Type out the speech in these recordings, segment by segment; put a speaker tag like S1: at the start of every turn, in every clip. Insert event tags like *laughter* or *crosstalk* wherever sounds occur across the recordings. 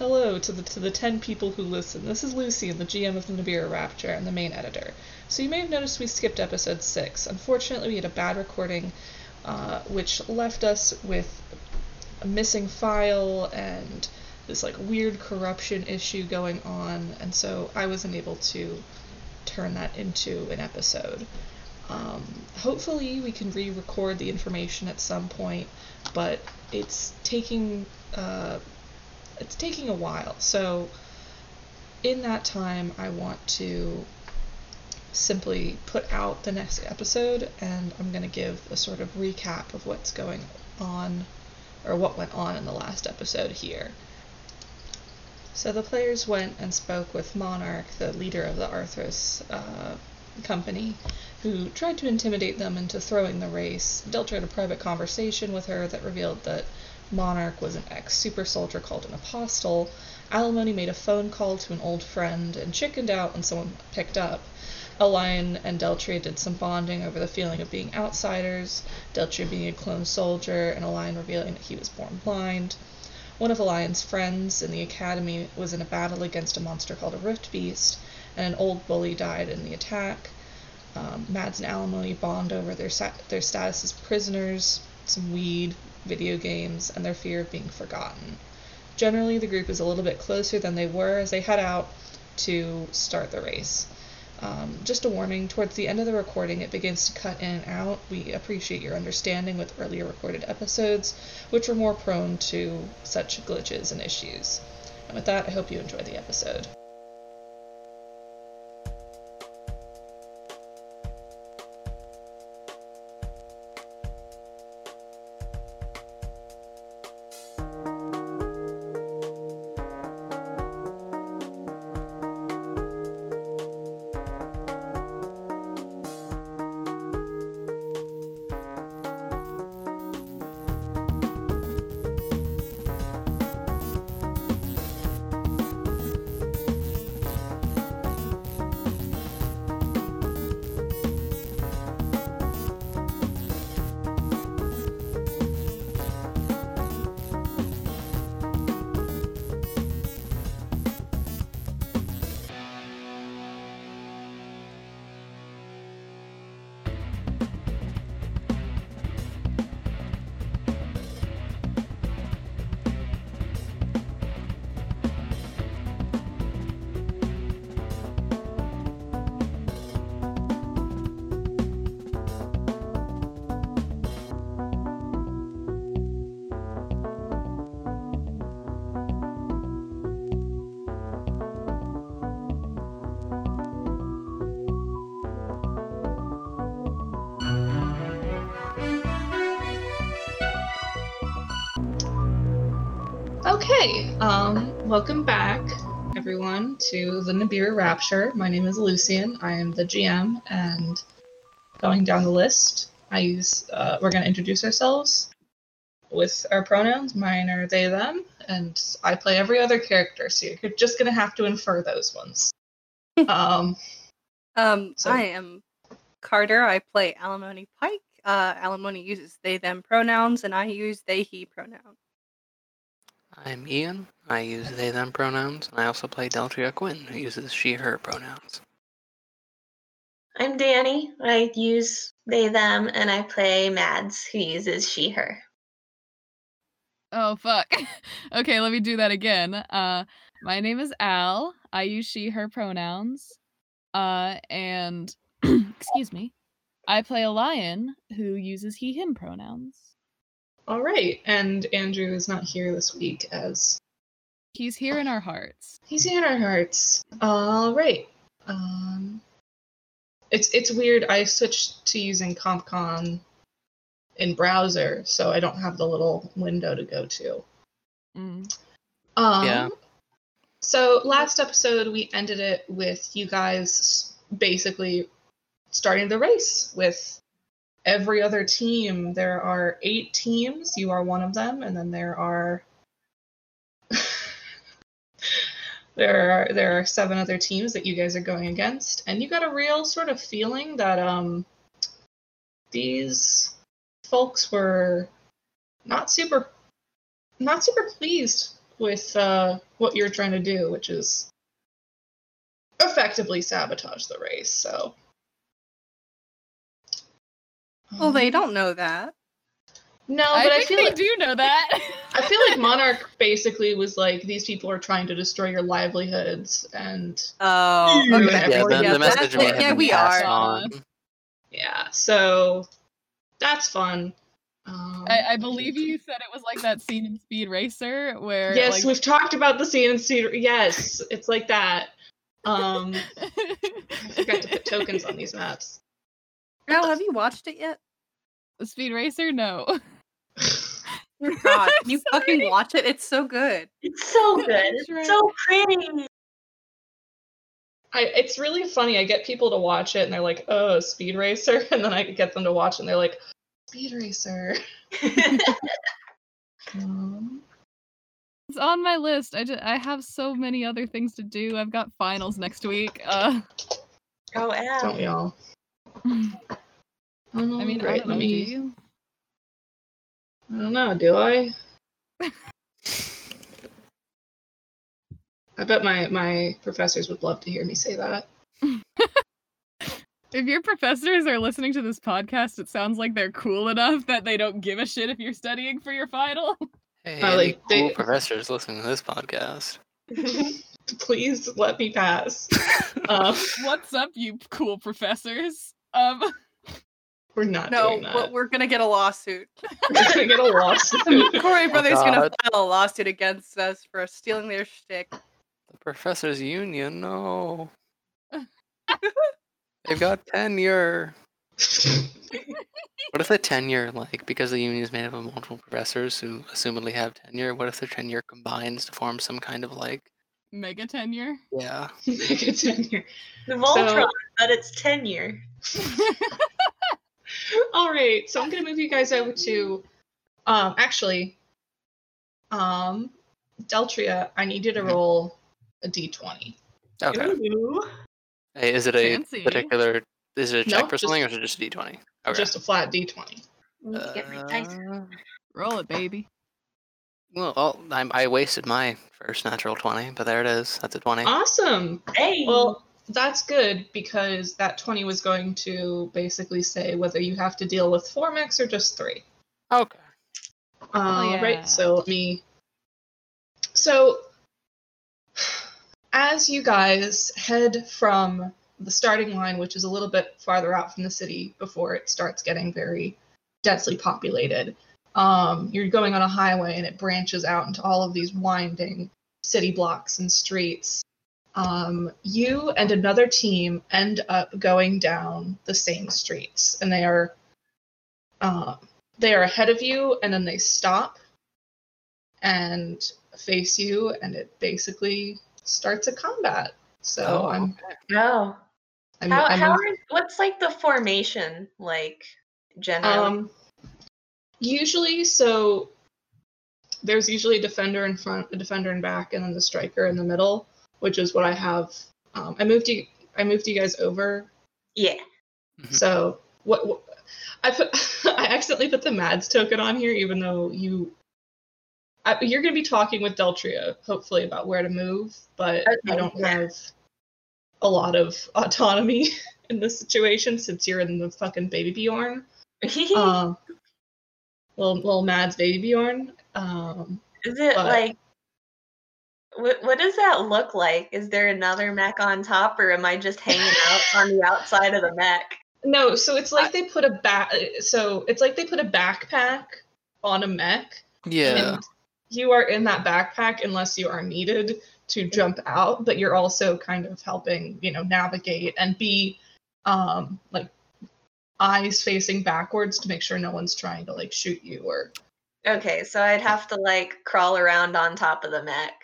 S1: Hello to the to the ten people who listen. This is Lucy, the GM of the Nibiru Rapture and the main editor. So you may have noticed we skipped episode six. Unfortunately, we had a bad recording, uh, which left us with a missing file and this like weird corruption issue going on, and so I was unable to turn that into an episode. Um, hopefully, we can re-record the information at some point, but it's taking uh, it's taking a while. So in that time, I want to simply put out the next episode, and I'm gonna give a sort of recap of what's going on or what went on in the last episode here. So the players went and spoke with Monarch, the leader of the Arthros uh, company, who tried to intimidate them into throwing the race. Delta had a private conversation with her that revealed that Monarch was an ex super soldier called an apostle. Alimony made a phone call to an old friend and chickened out when someone picked up. Elion and Deltria did some bonding over the feeling of being outsiders, Deltria being a clone soldier, and Elion revealing that he was born blind. One of Elion's friends in the academy was in a battle against a monster called a Rift Beast, and an old bully died in the attack. Um, Mads and Alimony bond over their, sa- their status as prisoners, some weed, video games, and their fear of being forgotten. Generally, the group is a little bit closer than they were as they head out to start the race. Um, just a warning towards the end of the recording, it begins to cut in and out. We appreciate your understanding with earlier recorded episodes, which were more prone to such glitches and issues. And with that, I hope you enjoy the episode. Okay, um, welcome back, everyone, to the Nibiru Rapture. My name is Lucian. I am the GM, and going down the list, I use uh, we're going to introduce ourselves with our pronouns. Mine are they, them, and I play every other character, so you're just going to have to infer those ones. um,
S2: Um,
S1: So-
S2: I am Carter. I play Alimony Pike. Uh, Alimony uses they them pronouns, and I use they he pronoun.
S3: I'm Ian. I use they them pronouns, and I also play Deltria Quinn, who uses she her pronouns.
S4: I'm Danny. I use they, them, and I play Mads, who uses she, her.
S5: Oh fuck. *laughs* okay, let me do that again. Uh my name is Al. I use she her pronouns. Uh and *clears throat* excuse me. I play a lion who uses he him pronouns.
S1: all right, and Andrew is not here this week as
S5: He's here in our hearts.
S1: He's in our hearts. All right. Um, it's it's weird. I switched to using CompCon in browser, so I don't have the little window to go to.
S5: Mm.
S1: Um,
S3: Yeah.
S1: So last episode we ended it with you guys s- basically starting the race with every other team. There are eight teams. You are one of them, and then there are *laughs* there are there are seven other teams that you guys are going against, and you got a real sort of feeling that um these folks were not super not super pleased with uh, what you're trying to do, which is effectively sabotage the race. So.
S2: Well, they don't know that.
S1: Um, No,
S5: I
S1: Oh, but
S5: think
S1: I, feel
S5: they
S1: like,
S5: do know that.
S1: I feel like Monarch basically was like these people are trying to destroy your livelihoods, and
S2: Oh,
S1: Yeah,
S2: okay.
S1: Yeah,
S3: Yeah, the,
S1: yeah,
S3: the
S2: that's
S3: message
S2: what-
S3: may have
S2: yeah,
S3: been
S2: we
S3: passed
S2: are.
S5: Uh,
S3: on.
S1: yeah, so that's fun. Um,
S5: *laughs* I, I believe you said it was like that scene in Speed Racer where
S1: Yes,
S5: like, *laughs*
S1: we've talked about the scene in Cedar. Yes, it's like that. Um, I forgot to put tokens on these maps.
S2: Al, have you watched it yet?
S5: Speed Racer? *laughs* No.
S2: God, can you
S5: *laughs* Sorry.
S2: fucking watch it? It's so good.
S4: It's *laughs* so good.
S5: That's right.
S4: It's so pretty. *laughs*
S1: I, it's really funny. I get people to watch it and they're like, "Oh, Speed Racer," *laughs* and then I get them to watch it and they're like, "Speed Racer." Um,
S5: It's on my list. I just I have so many other things to do. I've got finals next week. Uh, *laughs*
S4: oh, Al.
S1: don't we all?
S5: I
S3: Oh,
S1: I
S5: mean, I
S1: right?
S5: don't know,
S1: let
S5: do
S1: me.
S5: you?
S1: I don't know. Do
S5: *laughs*
S1: I? I bet my my professors would love to hear me say
S5: *laughs*
S1: that. *laughs*
S5: If your professors are listening to this podcast, it sounds like they're cool enough that they don't give a shit if you're studying for your final. *laughs*
S3: Hey,
S1: Oh,
S3: any
S1: like,
S3: cool
S1: they-
S3: professors listening to this *laughs* podcast.
S1: Please let me pass. Uh,
S5: What's up, you cool professors? Um,
S1: we're not
S2: No,
S1: doing that.
S2: but we're gonna get a lawsuit. *laughs*
S1: We're gonna get a lawsuit.
S2: Corey Brothers gonna
S3: God.
S2: file a lawsuit against us for stealing their shtick.
S3: The professors' union, no. They've got tenure. What if the tenure, like, because the union is made up of multiple professors who assumedly have tenure, what if their tenure combines to form some kind of, like,
S5: *laughs* mega tenure.
S3: yeah.
S1: Mega tenure.
S4: the Voltron, but it's tenure.
S1: All right, so I'm gonna move you guys over to, um, actually, um, Deltria. I need you to
S3: Mhm.
S1: roll a d20.
S3: Okay.
S4: Ooh.
S3: Hey, is it a
S5: Fancy.
S3: particular, is it a check
S1: Nope,
S3: for
S1: just-
S3: something or is it just a d20? Okay.
S1: Just a flat d20.
S4: Need to get my dice.
S3: Uh,
S5: Roll it, *laughs* baby.
S3: well, well, I'm, I wasted my first natural 20, but there it is. That's a 20.
S1: Awesome.
S4: Hey.
S1: Well, that's good because that 20 was going to basically say whether you have to deal with four max or just three.
S3: Oh, okay.
S1: Uh,
S5: yeah.
S1: Right. So let me. So, as you guys head from the starting line, which is a little bit farther out from the city before it starts getting very densely populated, um, you're going on a highway and it branches out into all of these winding city blocks and streets. Um, you and another team end up going down the same streets, and they are uh, they are ahead of you and then they stop and face you and it basically starts a combat so
S3: Oh,
S1: i'm
S4: oh.
S1: i'm,
S4: How,
S1: I'm
S4: how are, what's like the formation like generally?
S1: um usually so there's usually a defender in front a defender in back and then the striker in the middle which is what i have um, i moved you i moved you guys over
S4: yeah. *laughs*
S3: Mhm.
S1: *laughs* So what, what I put *laughs* I accidentally put the Mads token on here, even though you I, you're going to be talking with Deltria hopefully about where to move, but you
S4: Okay,
S1: don't
S4: yeah.
S1: have a lot of *laughs* autonomy in this situation since you're in the fucking baby Bjorn. Um, little little Mads baby Bjorn. Um,
S4: is it
S1: but-
S4: like what, what does that look like? Is there another mech on top or am I just hanging out on the outside of the mech?
S1: No, so it's like they put a back. So it's like they put a backpack on a mech,
S3: Yeah.
S1: And you are in that backpack unless you are needed to jump out, but you're also kind of helping, you know, navigate and be um like eyes facing backwards to make sure no one's trying to like shoot you or
S4: Okay, so I'd have to like crawl around on top of the mech.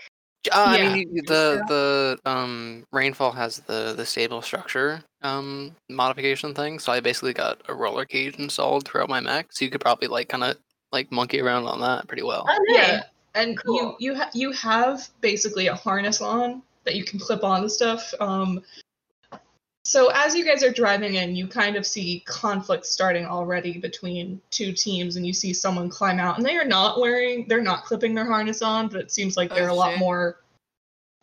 S3: Uh,
S1: Yeah.
S3: I mean, you- the the um rainfall has the the stable structure um modification thing, so I basically got a roller cage installed throughout my mech, so you could probably like kind of like monkey around on that pretty well.
S4: Oh,
S1: yeah. And
S4: Cool.
S1: you you ha- you have basically a harness on that you can clip on to stuff. Um So as you guys are driving in, you kind of see conflict starting already between two teams, and you see someone climb out, and they are not wearing, they're not clipping their harness on, but it seems like they're
S5: Oh,
S1: a lot
S5: shit.
S1: more.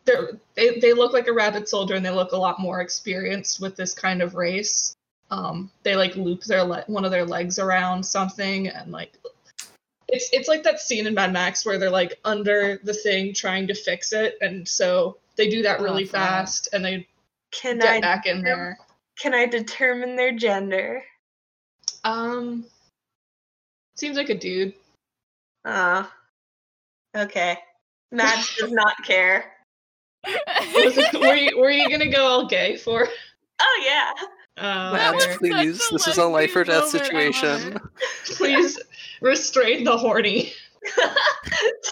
S1: They're, they they look like a rabbit soldier, and they look a lot more experienced with this kind of race. Um, they like loop their le- one of their legs around something, and like it's it's like that scene in Mad Max where they're like under the thing trying to fix it, and so they do that
S5: Oh,
S1: really
S5: fuck.
S1: fast, and they
S4: Can
S1: get
S4: I
S1: back in
S4: jump?
S1: there.
S4: can I determine their gender?
S1: Um, seems like a dude.
S4: Ah, okay. *laughs* Mads does not care.
S1: Was it- were you were you gonna go all gay for?
S4: Oh yeah. *laughs*
S1: Uh,
S5: That
S1: sure.
S3: Mads,
S5: *laughs* was such a
S3: please. This is a life or death
S5: lesbian moment, I love
S3: situation.
S1: please restrain the horny.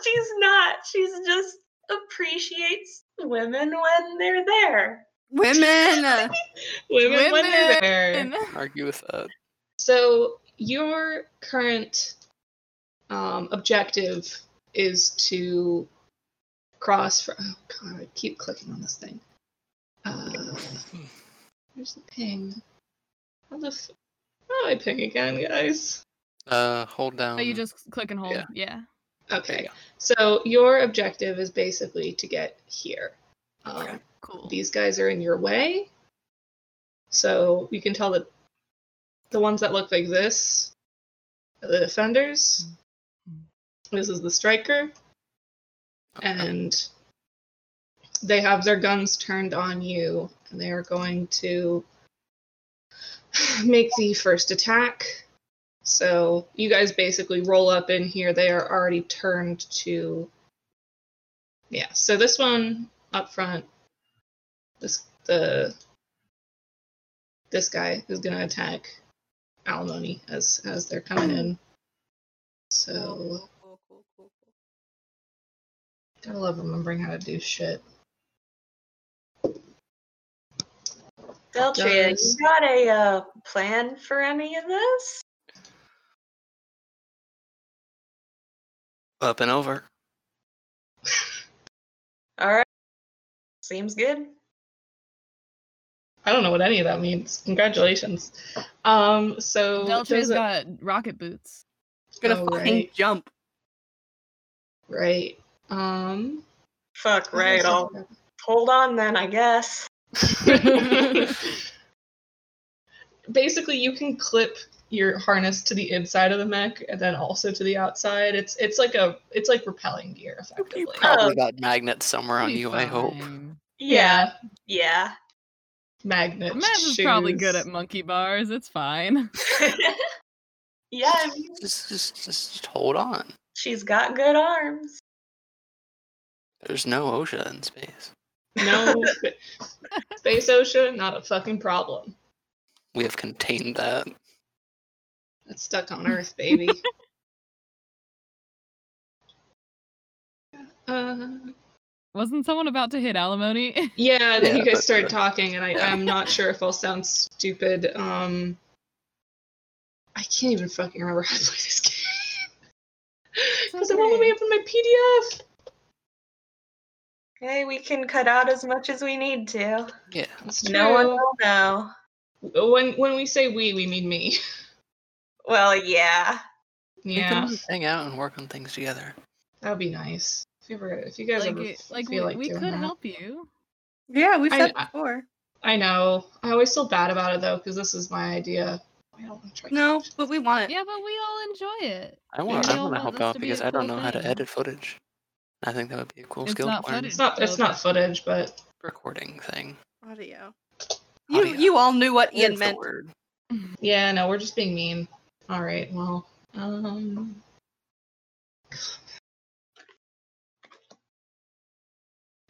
S4: she's not. She's just appreciates women when they're there.
S3: *laughs*
S2: Women.
S1: Women, when they're
S5: *laughs*
S1: there.
S5: Women!
S3: Argue with that. *laughs*
S1: So your current um, objective is to cross. For, oh god, I keep clicking on this thing. Uh, where's the ping? How the f- how do I ping again, guys?
S3: Uh, hold down.
S5: But Oh, you just click and hold.
S3: yeah.
S5: yeah.
S1: Okay.
S3: There you go.
S1: So your objective is basically to get here. Um,
S3: Okay.
S5: Cool.
S1: These guys are in your way, so you can tell that the ones that look like this are the defenders. This is the striker,
S3: Okay.
S1: and they have their guns turned on you, and they are going to *sighs* make the first attack. So you guys basically roll up in here. They are already turned to. Yeah. So this one up front, this the this guy is gonna attack Alimony as as they're coming in. So
S2: Cool, cool, cool, cool, cool.
S1: gotta love remembering how to do shit.
S4: Beltria,
S1: Does-
S4: you got a uh, plan for any of this?
S3: Up and over.
S4: All right. Seems good.
S1: I don't know what any of that means. Congratulations. Um. So
S5: Deltra's
S1: does it-
S5: got rocket boots.
S2: Gonna
S1: Oh,
S2: fucking
S1: right.
S2: jump.
S1: right. Um.
S4: Fuck
S1: what
S4: right.
S1: was
S4: I'll
S1: it?
S4: hold on then. I guess.
S1: *laughs* basically you can clip your harness to the inside of the mech and then also to the outside. It's it's like a it's like repelling gear effectively.
S3: You probably got magnets somewhere on you. I hope.
S4: Yeah. Yeah.
S1: Magnet.
S5: Mads is probably good
S1: shoes.
S5: at monkey bars. It's fine. *laughs*
S4: *laughs* yeah. I mean,
S3: Just, just, just hold on.
S4: she's got good arms.
S3: There's no OSHA in space.
S5: *laughs*
S1: No Space OSHA, not a fucking problem.
S3: We have contained that.
S1: It's stuck on Earth,
S5: *laughs*
S1: baby. uh
S5: Wasn't someone about to hit alimony?
S1: Yeah, and then
S3: Yeah,
S1: you guys
S3: but,
S1: started
S3: uh,
S1: talking, and I, I'm not sure if I'll sound stupid. Um, I can't even fucking remember how to play this game because it won't let me
S5: okay.
S1: open my PDF.
S4: Hey, we can cut out as much as we need to.
S3: Yeah.
S1: That's
S4: No one
S1: true.
S4: will know.
S1: When when we say we, we mean me. *laughs*
S4: Well, yeah.
S1: Yeah,
S3: We can hang out and work on things together.
S1: that would be nice. If you ever, if you guys
S5: *laughs* like,
S1: ever
S5: it- like
S1: feel
S5: we,
S1: like
S5: we
S1: doing
S5: could
S1: that.
S5: help you.
S2: Yeah, we've
S1: I-
S2: said
S1: I-
S2: before.
S1: I know. I always feel bad about it though, because this is my idea. I don't want to try.
S2: No, but we
S3: Uh,
S2: want it.
S5: Yeah, but we all enjoy it.
S3: I want.
S5: we
S3: I
S5: all
S3: want to
S5: want
S3: help
S5: this
S3: out
S5: to be
S3: because
S5: a
S3: I don't
S5: cool
S3: know how to
S5: thing.
S3: edit footage. I think that would be a cool
S5: It's
S3: skill
S5: not
S3: to learn.
S5: footage.
S1: It's not. It's not footage, but
S3: Recording thing.
S2: Audio. You
S3: Audio.
S2: you all knew what Ian
S3: There's the
S2: meant.
S3: word.
S1: Yeah, no, we're just being mean. All right, well, um,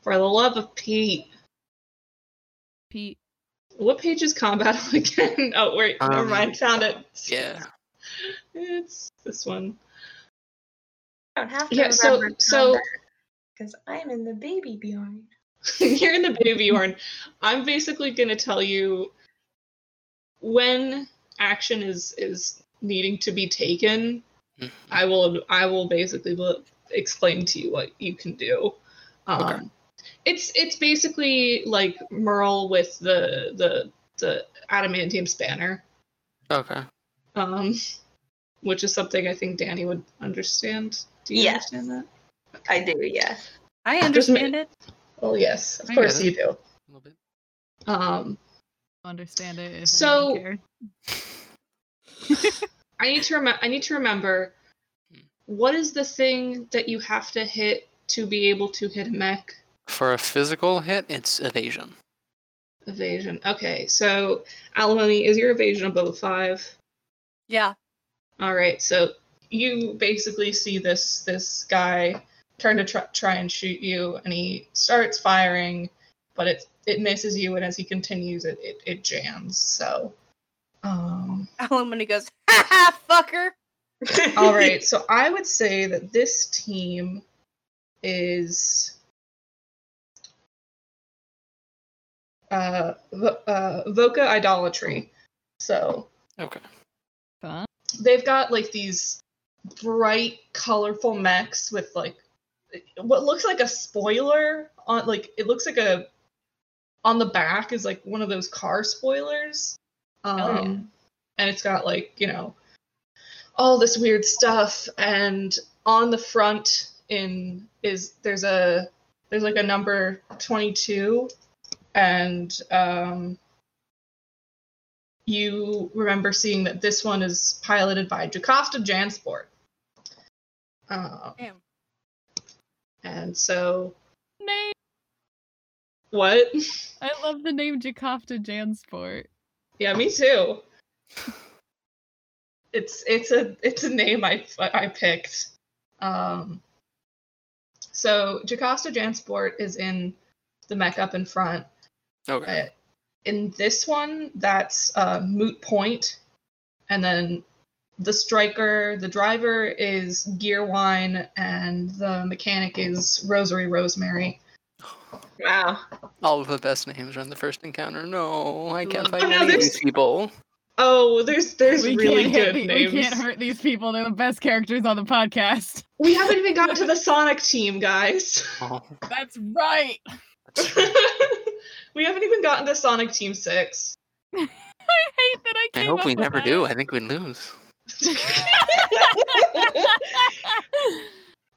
S1: for the love of Pete,
S5: Pete.
S1: what page is combat on *laughs* again? Oh, wait, never
S3: Um,
S1: mind, found it.
S3: Yeah.
S1: it's this one. *laughs*
S4: I don't have to
S1: Yeah, so
S4: remember
S1: so
S4: because I'm in the baby Bjorn.
S1: you're in the baby horn. I'm basically gonna tell you when action is is needing to be taken.
S3: Mhm.
S1: I will I will basically bl- explain to you what you can do. Um, It's it's basically like Merle with the the the adamantium spanner,
S3: Okay.
S1: um, which is something I think Danny would understand. Do you
S4: Yes.
S1: understand that?
S4: I do, *laughs* yes.
S2: I
S1: Just me.
S2: understand it.
S1: Oh yes, of
S5: I
S1: course
S3: get
S1: you do.
S3: A little bit.
S1: Um,
S5: Understand it. If
S1: So-
S5: anyone cared.
S1: I need to remember. I need to remember. What is the thing that you have to hit to be able to hit a mech?
S3: For a physical hit, it's evasion.
S1: Evasion. Okay, so alimony is your evasion above five.
S2: Yeah. *laughs*
S1: All right, so you basically see this this guy turn to try, try and shoot you, and he starts firing, but it it misses you, and as he continues, it it, it jams. So, um,
S2: *laughs* Alimony goes, ha ha, fucker.
S1: All right, so I would say that this team is uh, Vo- uh Voca idolatry. So
S3: Okay.
S5: Fun.
S1: they've got like these bright, colorful mechs with like what looks like a spoiler on like it looks like a on the back is like one of those car spoilers. Um,
S5: yeah.
S1: And it's got like you know all this weird stuff, and on the front in is there's a there's like a number 22 and um you remember seeing that this one is piloted by Jocasta Jansport. Um,
S2: Damn.
S1: and so,
S5: Name.
S1: what? *laughs*
S5: I love the name Jakofta Jansport.
S1: yeah, me too. It's it's a it's a name I I picked. Um, so Jocasta Jansport is in the mech up in front.
S3: Okay.
S1: Uh, in this one, that's uh, Moot Point, and then the striker, the driver is Gearwine, and the mechanic is Rosary Rosemary.
S4: Wow.
S3: All of the best names are in the first encounter. No, I
S5: *laughs*
S3: can't
S5: Oh,
S3: find
S1: no,
S3: any of
S1: there's-
S3: these
S5: *laughs*
S3: people.
S1: Oh, there's there's really
S5: hit
S1: good
S5: the-
S1: names.
S5: We can't hurt these people. They're the best characters on the podcast. *laughs*
S1: We haven't even gotten to the Sonic team, guys. *laughs*
S3: Oh,
S5: That's right. *laughs*
S3: that's true.
S1: we haven't even gotten to Sonic Team Six. *laughs*
S5: I hate that I
S3: I
S5: came
S3: hope
S5: up
S3: we
S5: with
S3: never
S5: that.
S3: do. I think we lose.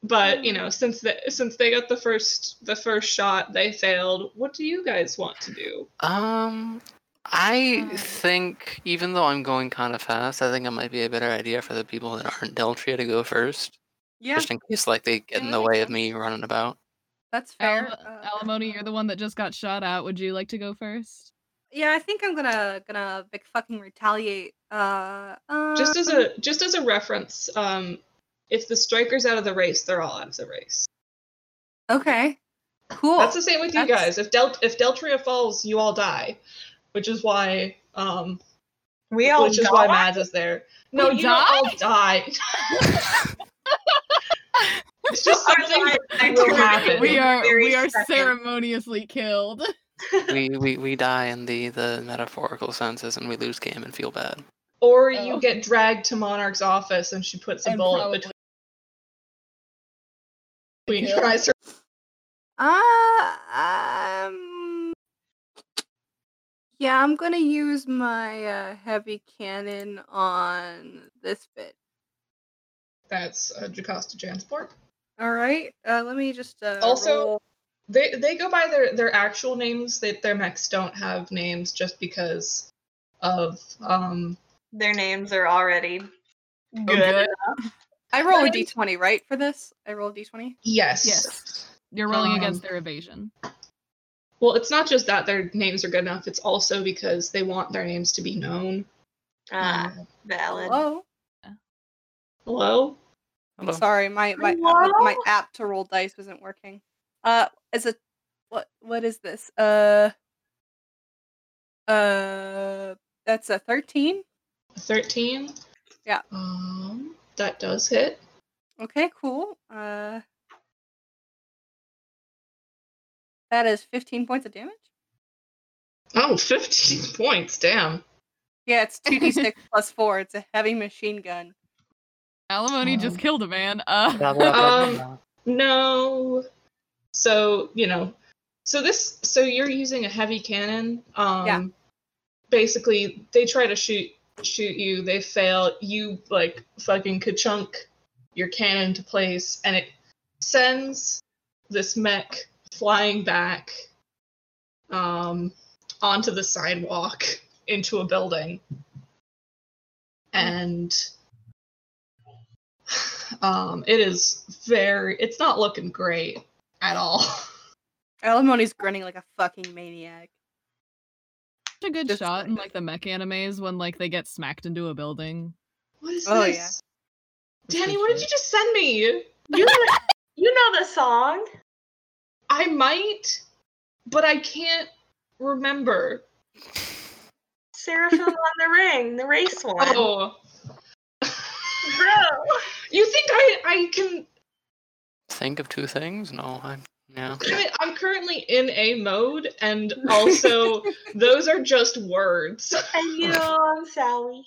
S1: But you know, since the, since they got the first the first shot, they failed. What do you guys want to do?
S3: Um, I
S2: Hmm.
S5: Um,
S3: think even though I'm going kind of fast, I think it might be a better idea for the people that aren't Deltria to go first,
S2: Yeah,
S3: just in case like they get
S5: Yeah,
S3: in
S5: that
S3: the
S5: makes
S3: way of
S5: sense.
S3: me
S2: *laughs*
S3: running about.
S2: that's fair.
S5: Al-
S2: Uh,
S5: *laughs* Alimony, you're the one that just got shot at. Would you like to go first?
S2: yeah, I think I'm gonna gonna big fucking retaliate. Uh, um,
S1: Just as a just as a reference, um, if the strikers out of the race, they're all out of the race.
S2: okay, cool.
S1: That's the same with you
S2: Oh, That's-
S1: guys. If Del if Deltria falls, you all die, which is why um
S4: We all
S1: which is why
S4: die?
S1: Mads is there. No,
S5: We
S1: you don't all die. it's
S4: *laughs*
S1: just
S4: Our
S1: something
S4: lives
S1: that will
S4: are
S1: happen.
S5: We are
S4: Very
S5: we are
S4: second.
S1: *laughs*
S5: ceremoniously killed.
S3: we, we we die in the the metaphorical senses, and we lose game and feel bad.
S1: Or
S5: Oh.
S1: you get dragged to Monarch's office and she puts a
S5: And
S1: bullet
S5: probably
S1: between
S5: killed.
S1: your eyes.
S2: Uh, um, yeah, I'm gonna use my uh, heavy cannon on this bit.
S1: That's uh, Jocasta Jansport.
S2: All right, uh, let me just uh,
S1: Also-
S2: roll-
S1: They they go by their their actual names. They, their mechs don't have names just because of um
S4: Their names are already good.
S5: Oh, good.
S2: I roll a
S1: Right.
S2: d20, right, for this? I roll a d20.
S1: yes.
S5: Yes. You're rolling against
S1: Um,
S5: their evasion.
S1: Well, it's not just that their names are good enough. It's also because they want their names to be known.
S5: Mm.
S4: Ah,
S1: Um,
S4: valid.
S2: Hello.
S1: hello.
S3: Hello.
S2: Sorry, my my uh, my
S4: Hello?
S2: app to roll dice wasn't working. Uh, as a what what is this? Uh, uh, that's a thirteen.
S1: 13
S2: Yeah.
S1: um that does hit
S2: Okay, cool. Uh, that is fifteen points of damage.
S1: oh *laughs* 15 points damn
S2: Yeah, it's two d six plus four. It's a heavy machine gun.
S5: Alimony just
S1: um,
S5: killed a man.
S2: *laughs*
S5: Uh,
S1: Um, no so you know so this so you're using a heavy cannon um basically they try to shoot shoot you, they fail, you like fucking ka-chunk your cannon into place, and it sends this mech flying back um, onto the sidewalk *laughs* into a building. And um, it is very, it's not looking great at all. *laughs*
S2: Alimony's grinning like a fucking maniac.
S5: Such a good
S2: Just
S5: shot in
S2: like-
S5: like the mech animes when like they get smacked into a building.
S1: What is
S2: Oh,
S1: this? Danny, what did you just send me?
S4: You know, you know the song.
S1: I might, but I can't remember.
S4: Seraphim on the Ring, the
S1: *laughs*
S4: race one.
S1: Oh,
S4: Bro.
S1: you think I I can?
S3: Think of two things? No, I'm yeah.
S1: I mean, I'm currently in a mode, and also those are just words. *laughs*
S4: And you know I'm Sally.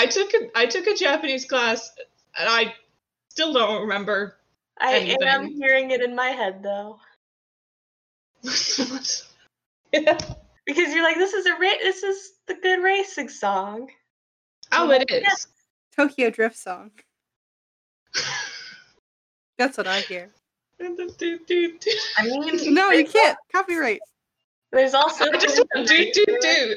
S1: I took a, I took a Japanese class, and I still don't remember. *laughs*
S4: I am
S1: Anything.
S4: hearing it in my head though. Because you're like, this is a ra- this is the good racing song.
S1: oh, it is. *laughs*
S2: Tokyo Drift song. That's what I hear.
S1: I
S4: I *laughs* mean
S2: No, you
S4: there's-
S2: can't. Copyright.
S4: There's
S2: *laughs*
S4: also
S1: just want do do do. You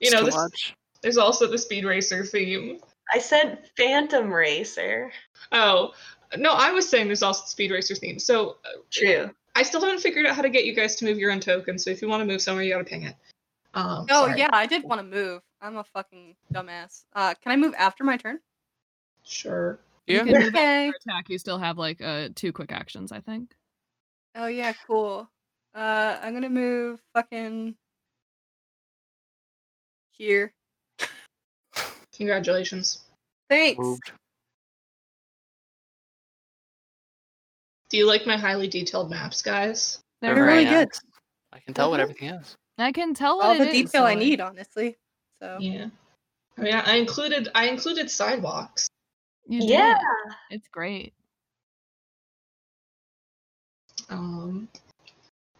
S3: It's
S1: know,
S3: too
S1: this,
S3: much.
S1: there's also the Speed Racer theme.
S4: I said Phantom Racer.
S1: Oh, no, I was saying there's also the Speed Racer theme. So uh,
S4: True.
S1: I still haven't figured out how to get you guys to move your own token. So if you want to move somewhere, you gotta ping it. Um,
S2: Oh
S1: sorry.
S2: yeah, I did want to move. I'm a fucking dumbass. Uh, can I move after my *laughs* turn?
S1: Sure.
S3: Yeah.
S5: You can move
S2: Okay.
S5: your attack. You still have like uh two quick actions, I think.
S2: Oh yeah, cool. Uh, I'm gonna move fucking here.
S1: Congratulations.
S2: Thanks.
S3: Moved.
S1: Do you like my highly detailed maps, guys?
S2: They're
S3: They're
S2: really
S3: very
S2: good.
S3: nice. I can tell what
S2: Mhm.
S3: everything is.
S5: I can tell
S2: All
S5: what
S2: the
S5: it is,
S2: detail I
S5: so, like-
S2: need, honestly. So
S1: Yeah. I mean, I I included I included sidewalks.
S5: You did
S4: Yeah.
S5: it. It's great.
S1: Um,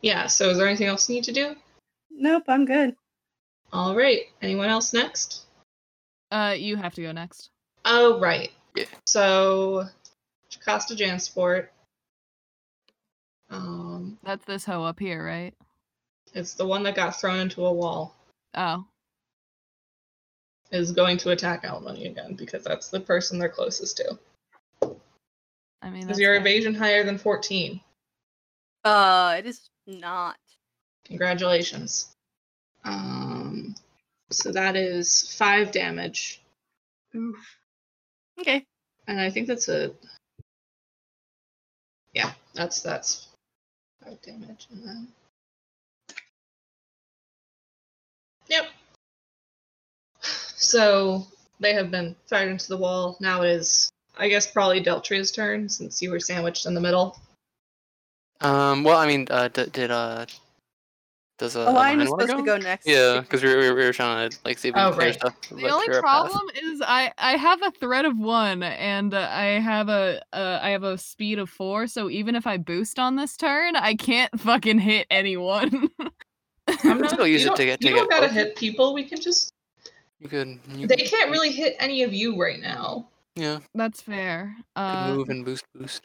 S1: yeah. So, is there anything else you need to do?
S2: nope, I'm good.
S1: All right. Anyone else next?
S5: Uh, you have to go next.
S1: Oh, right.
S3: Yeah.
S1: So, Costa Jansport. Um,
S5: That's this hoe up here, right?
S1: it's the one that got thrown into a wall.
S5: Oh,
S1: Is going to attack Alimony again because that's the person they're closest to.
S5: I mean,
S1: Is
S5: that's
S1: your
S5: fine.
S1: evasion higher than 14?
S2: Uh, it is not.
S1: Congratulations. Um, so that is five damage,
S2: Okay.
S1: and I think that's a. Yeah, that's that's five damage, and then. Yep. So they have been fired into the wall. Now it is, I guess, probably Deltria's turn since you were sandwiched in the
S3: *laughs*
S1: middle.
S3: Um. Well, I mean, uh, d- did uh, does uh,
S2: Oh, I'm
S3: Orion wanna
S2: supposed to go next.
S3: Yeah, because we, were- we, were- we were trying to like see if we
S1: Oh,
S3: could clear
S1: right.
S3: stuff.
S5: The
S3: like,
S5: only
S3: clear a path.
S5: problem is I I have a threat of one and uh, I have a uh, I have a speed of four. So even if I boost on this turn, I can't fucking hit anyone. *laughs*
S1: I'm
S3: Still use
S1: you
S3: it to
S1: don't-
S3: get-
S1: You
S3: to
S1: don't
S3: get
S1: gotta
S3: both.
S1: hit people. We can just.
S3: You could. You
S1: They
S3: could-
S1: can't really hit any of you right now.
S3: Yeah.
S5: That's fair.
S3: Could
S5: Uh,
S3: move and boost, boost.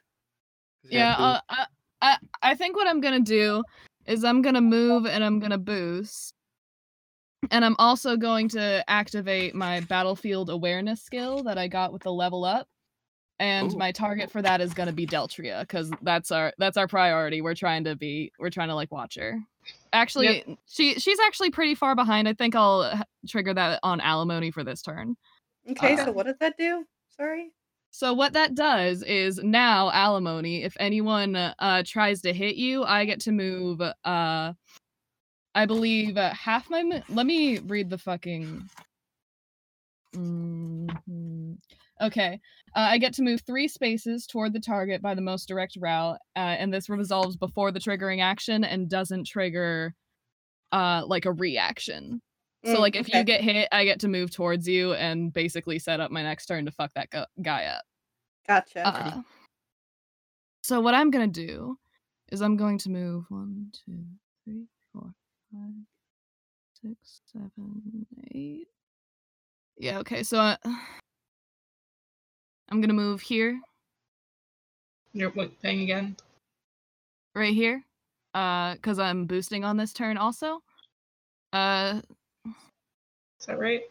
S3: 'Cause you
S5: yeah.
S3: have
S5: Uh, I I I think what I'm gonna do is I'm gonna move and I'm gonna boost, and I'm also going to activate my battlefield awareness skill that I got with the level up. And
S3: Ooh.
S5: my target for that is gonna be Deltria, because that's our that's our priority. We're trying to be we're trying to like watch her. Actually, she she's actually pretty far behind. I think I'll uh, trigger that on alimony for this turn.
S2: Okay,
S1: Okay.
S2: so what did that do? Sorry.
S5: So what that does is now alimony. If anyone uh, tries to hit you, I get to move. Uh, I believe uh, half my. Mo- Let me read the fucking. Mhm. Okay, uh, I get to move three spaces toward the target by the most direct route, uh, and this resolves before the triggering action and doesn't trigger, uh, like a reaction. So
S2: Mm,
S5: like if
S2: okay.
S5: you get hit, I get to move towards you and basically set up my next turn to fuck that gu- guy up.
S2: gotcha.
S5: Uh, so what I'm gonna do is I'm going to move one, two, three, four, five, six, seven, eight. Yeah, okay, so I, I'm gonna move here,
S1: You're what, paying again?
S5: right here, uh, because I'm boosting on this turn also. Uh,
S1: Is that right?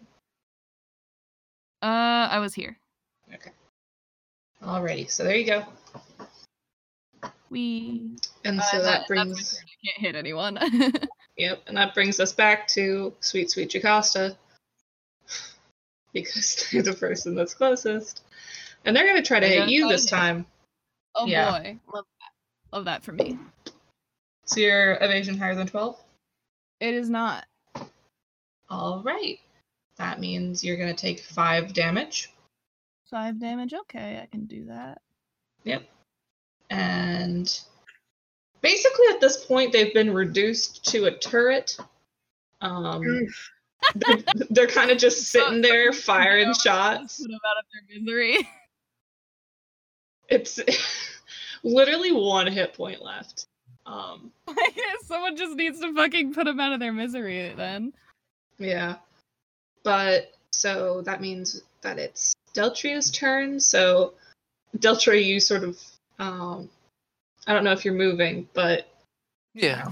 S5: uh, I was here.
S1: Alrighty, so there you go.
S5: We.
S1: And
S5: Uh,
S1: so that
S5: that- that's my
S1: brings
S5: turn, I can't hit anyone. *laughs*
S1: Yep, and that brings us back to Sweet Sweet Jocasta. Because *laughs* they're the person that's closest. And they're gonna try to
S5: They're
S1: hit
S5: gonna
S1: you
S5: try to
S1: this
S5: hit.
S1: time.
S5: oh
S1: Yeah.
S5: boy, love that. Love that for me.
S1: So your evasion higher than twelve?
S5: It is not.
S1: Alright. That means you're gonna take five damage.
S5: Five damage. Okay, I can do that.
S1: and basically at this point they've been reduced to a turret. Um, *laughs* they're, kind of just sitting *laughs* there firing shots.
S5: Put them out of their misery. *laughs*
S1: It's *laughs* literally one hit point left. Um,
S5: Someone just needs to fucking put them out of their misery then.
S1: yeah, but so that means that it's Deltria's turn. So Deltria, you sort of um, I don't know if you're moving, but
S3: Yeah.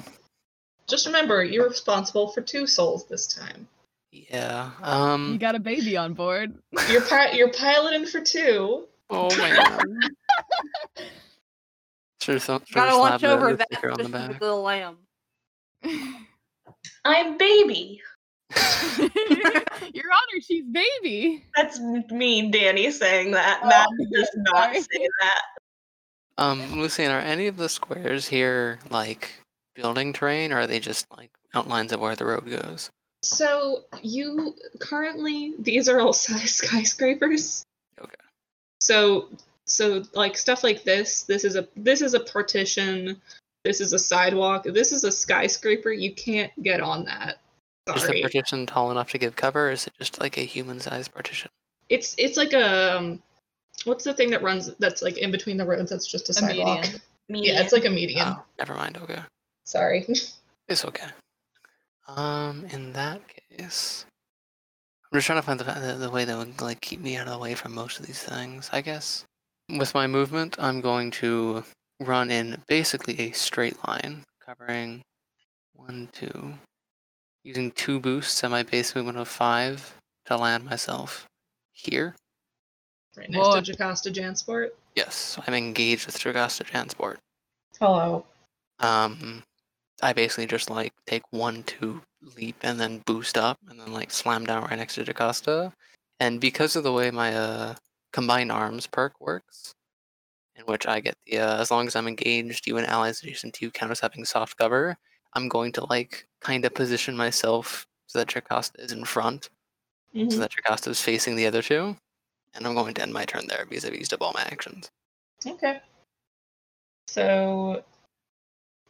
S1: just remember you're responsible for two souls this time.
S3: Yeah.
S5: You
S1: Mm.
S3: Um.
S5: got a baby on board.
S1: *laughs* You're pi- you're piloting for two.
S3: Oh
S1: *laughs*
S3: my god. Sure, so, sure
S2: Gotta watch
S3: slap the-
S2: over
S3: the
S2: that
S3: sticker on the
S2: just like
S3: back.
S2: a little lamb.
S4: I'm baby.
S2: *laughs*
S5: Your Honor, she's baby.
S4: That's m- me, Danny, saying that.
S5: Oh,
S4: Matt does not
S5: sorry.
S4: say that.
S3: Um, Lucien, are any of the squares here like building terrain, or are they just like outlines of where the road goes?
S1: So you currently these are all *laughs* size skyscrapers.
S3: Okay.
S1: So so like stuff like this, this is a this is a partition, this is a sidewalk, this is a skyscraper. You can't get on that.
S3: Is the
S1: Sorry.
S3: partition tall enough to give cover, or is it just like a human-sized partition?
S1: it's it's like a um, what's the thing that runs that's like in between the roads that's just a,
S5: A median.
S1: sidewalk.
S4: Median.
S1: Yeah, it's like a median.
S3: Oh, never mind. Okay,
S1: Sorry. *laughs*
S3: it's okay. Um, in that case, I'm just trying to find the, the the way that would like keep me out of the way from most of these things. I guess with my movement, I'm going to run in basically a straight line, covering one, two, using two boosts and my base movement of five to land myself here.
S1: Right next
S5: Whoa.
S1: to Jocasta Jansport.
S3: Yes, so I'm engaged with Dragasta Jansport.
S1: Hello.
S3: um i basically just like take one two leap and then boost up and then like slam down right next to dacosta and because of the way my uh combined arms perk works in which i get the uh, as long as i'm engaged you and allies adjacent to you counters having soft cover i'm going to like kind of position myself so that Jocasta is in front
S1: Mm-hmm.
S3: so that Jocasta is facing the other two and i'm going to end my turn there because i've used up all my actions
S1: Okay. So,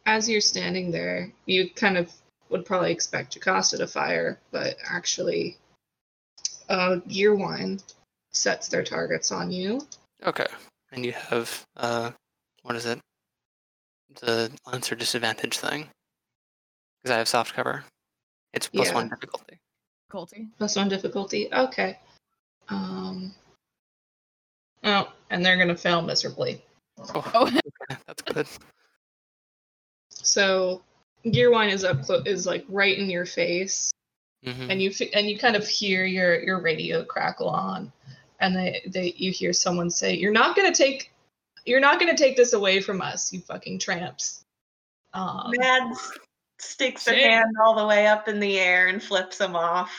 S1: as you're standing there, you kind of would probably expect Jocasta to fire, but actually, uh, Gear Wine sets their targets on you.
S3: Okay. And you have uh, what is it? The lancer disadvantage thing. Because I have soft cover. It's plus one difficulty.
S5: Colty.
S1: Plus one difficulty. Okay. Um. Oh, and they're gonna fail miserably.
S5: Oh.
S3: Okay, that's good.
S1: So, Gear Wine is up close, is like right in your face.
S3: hmm
S1: and you f- and you kind of hear your your radio crackle on and they, they you hear someone say you're not going to take you're not going to take this away from us you fucking tramps um,
S4: Mad s- sticks her
S1: Shit.
S4: hand all the way up in the air and flips him off.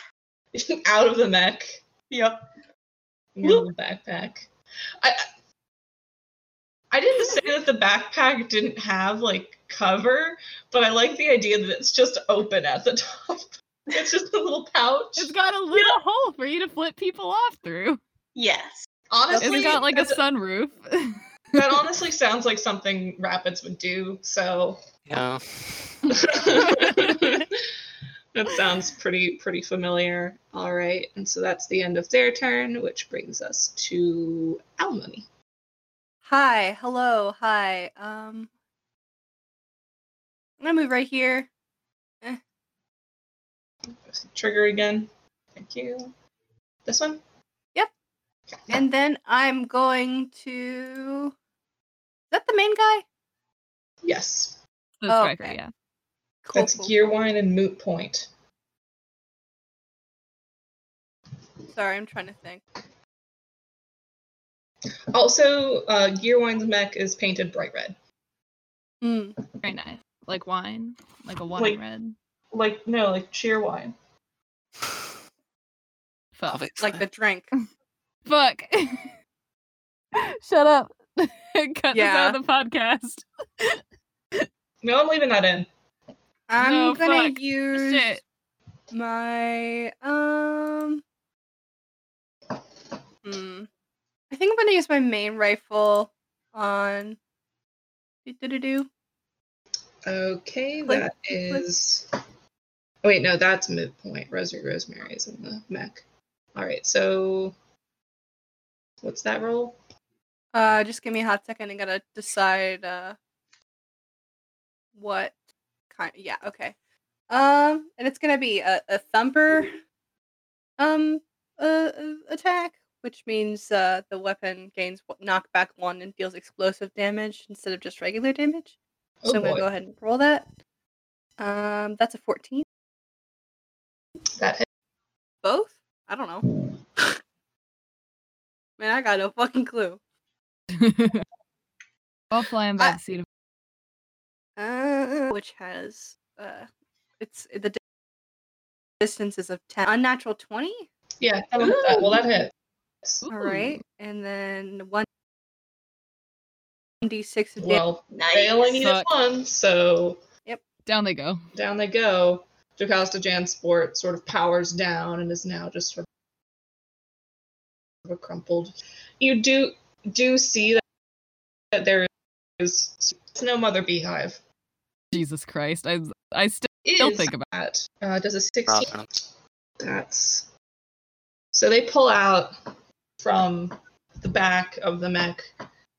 S1: *laughs* out of the mech
S4: Yep.
S1: out of the backpack i I- i didn't say that the backpack didn't have like cover but i like the idea that it's just open at the *laughs* top it's just a little pouch
S5: It's got a little hole for you to flip people off through.
S4: Yes.
S1: honestly
S5: It's got like a
S1: that's-
S5: sunroof. *laughs*
S1: that honestly sounds like something rapids would do so
S3: Yeah.
S1: *laughs* that sounds pretty pretty familiar. All right, and so that's the end of their turn, which brings us to Alimony.
S2: Hi, hello, hi. Um, I'm gonna move right here. Eh.
S1: Trigger again. Thank you. This one?
S2: Yep.
S1: And
S2: And then I'm going to. Is that the main guy?
S1: yes.
S5: The
S2: Oh,
S5: striker,
S2: okay.
S5: yeah.
S2: Cool.
S1: That's
S2: cool,
S1: gear wine and moot point.
S2: cool. Sorry, I'm trying to think.
S1: Also, uh, gear wine's mech is painted bright red.
S2: Hmm.
S5: Very nice. Like wine, like a wine
S1: Wait.
S5: red.
S1: Like no, like cheer wine.
S5: Fuck.
S2: Like the
S5: *laughs*
S2: drink.
S5: Fuck. Shut up. *laughs* Cut
S2: Yeah.
S5: this out of the podcast.
S1: No, I'm leaving that in.
S2: I'm
S5: No,
S2: gonna
S5: fuck.
S2: use
S5: Shit.
S2: my um. Hmm. I think I'm gonna use my main rifle on. Do-do-do-do.
S1: Okay,
S2: Click,
S1: that
S2: click, click.
S1: is. Oh, wait, no, that's moot point. Rosary Rosemary is in the mech. All right, so what's that roll?
S2: Uh, just give me a hot second. I gotta decide uh what kind. Yeah, okay. Um, and it's gonna be a, a thumper um uh, uh, attack, which means uh the weapon gains w- knockback one and deals explosive damage instead of just regular damage.
S1: Oh
S2: so I'm gonna
S1: boy,
S2: go ahead and roll that. Um, that's a fourteen.
S1: that hit.
S2: Both? I don't know. *laughs* Man, I got no fucking clue.
S5: All flying by the seat of
S2: Uh, which has uh, it's the di- distance is of ten, unnatural twenty.
S1: Yeah, *laughs* that'll hit that. well, that hits.
S2: All right, and then one d six of damage.
S1: Well,
S4: Nice.
S1: failing
S5: Suck.
S1: each one, so
S5: Down they go.
S1: down they go. Jocasta Jansport sort of powers down and is now just sort of a crumpled. You do do see that, that there is it's no mother beehive.
S5: Jesus Christ. I I still
S1: Is
S5: think about
S1: that uh, does a
S3: Rob,
S1: sixteen?
S3: I don't-
S1: That's so they pull out from the back of the mech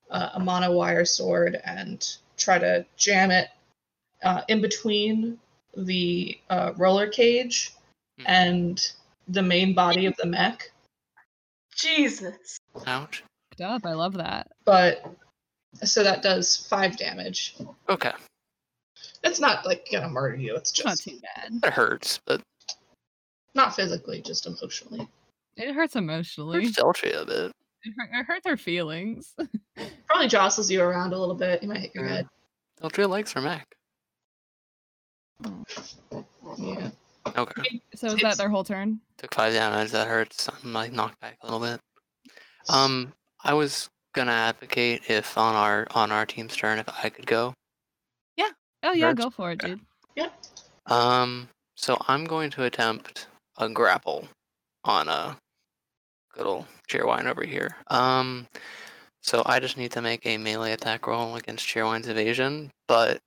S1: uh, a monowire sword and try to jam it uh, in between the uh, roller cage
S3: Hmm.
S1: and the main body of the mech.
S4: Jesus.
S3: Ouch.
S5: fucked up. I love that.
S1: But so that does five damage.
S3: Okay.
S1: It's not like gonna murder you. It's
S5: It's not
S1: just
S5: too bad.
S3: That hurts, but
S1: not physically, just emotionally.
S5: It hurts
S3: it
S5: emotionally.
S3: felt you a bit.
S5: It, hurt, it hurts her feelings. *laughs*
S1: Probably jostles you around a little bit. You might hit your
S3: Yeah.
S1: head.
S3: Felt your legs for Mac.
S1: Yeah.
S3: Okay.
S5: So is that
S1: It's-
S5: their whole turn?
S3: Took five damage. That hurts. I'm like knocked back a little bit. Um, I was gonna advocate if on our on our team's turn if I could go.
S5: Oh yeah,
S3: That's-
S5: go for it,
S3: yeah.
S5: dude.
S1: Yep.
S3: Um, so I'm going to attempt a grapple on a good old Cheerwine over here. Um, so I just need to make a melee attack roll against Cheerwine's evasion, but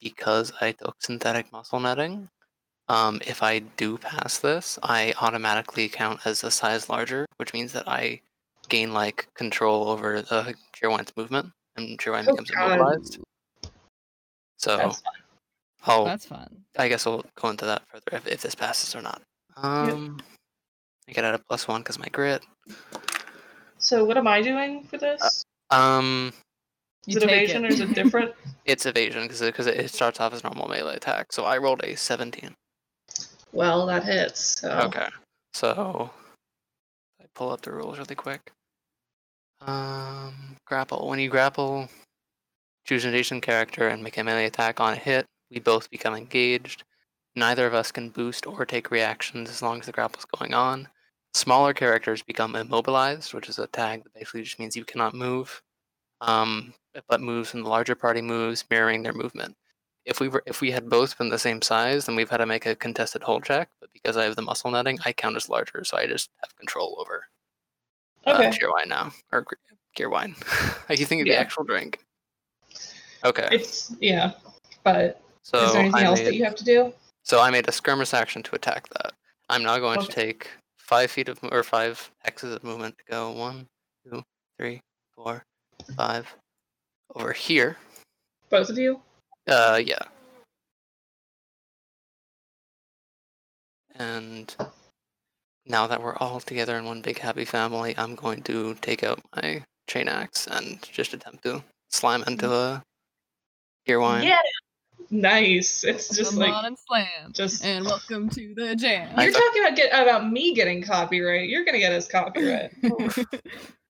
S3: because I took synthetic muscle netting, um, if I do pass this, I automatically count as a size larger, which means that I gain like control over the Cheerwine's movement, and Cheerwine
S1: Oh,
S3: becomes
S1: God.
S3: immobilized. So
S1: That's fine.
S3: I'll
S5: That's fun.
S3: I guess we'll go into that further if, if this passes or not. Um, I get out a plus one because my grit.
S1: So what am I doing for this?
S3: Um,
S1: Is
S5: You
S1: it
S5: take
S1: evasion or is it different?
S3: it's evasion because because it, it starts off as normal melee attack. So I rolled a seventeen.
S1: well, that hits. So.
S3: Okay. So I pull up the rules really quick. Um, grapple. When you grapple, choose an adjacent character and make a melee attack on a hit. We both become engaged. Neither of us can boost or take reactions as long as the grapple's going on. Smaller characters become immobilized, which is a tag that basically just means you cannot move. Um, but moves from the larger party moves, mirroring their movement if we were if we had both been the same size, then we've had to make a contested hold check. But because I have the muscle netting, I count as larger, so I just have control over
S1: Okay.
S3: uh, gear wine now or gr- gear *laughs* wine. I keep thinking
S1: Yeah.
S3: the actual drink. Okay,
S1: It's yeah. But
S3: so
S1: is there anything
S3: I
S1: else
S3: made,
S1: that you have to do?
S3: so I made a skirmish action to attack that. I'm now going to
S1: Okay.
S3: take five feet of mo- or five X's of movement to go one, two, three, four, five over here.
S1: Both of you?
S3: Uh, yeah. And now that we're all together in one big happy family, I'm going to take out my chain axe and just attempt to slam into a beer wine.
S4: Yeah.
S1: Nice. *laughs* It's just
S5: *laughs* Come
S1: like
S5: on and slam.
S1: just
S5: And welcome to the jam. *laughs*
S1: you're
S3: I-
S1: talking about get about me getting copyright. You're gonna get us
S5: *laughs*
S1: copyright.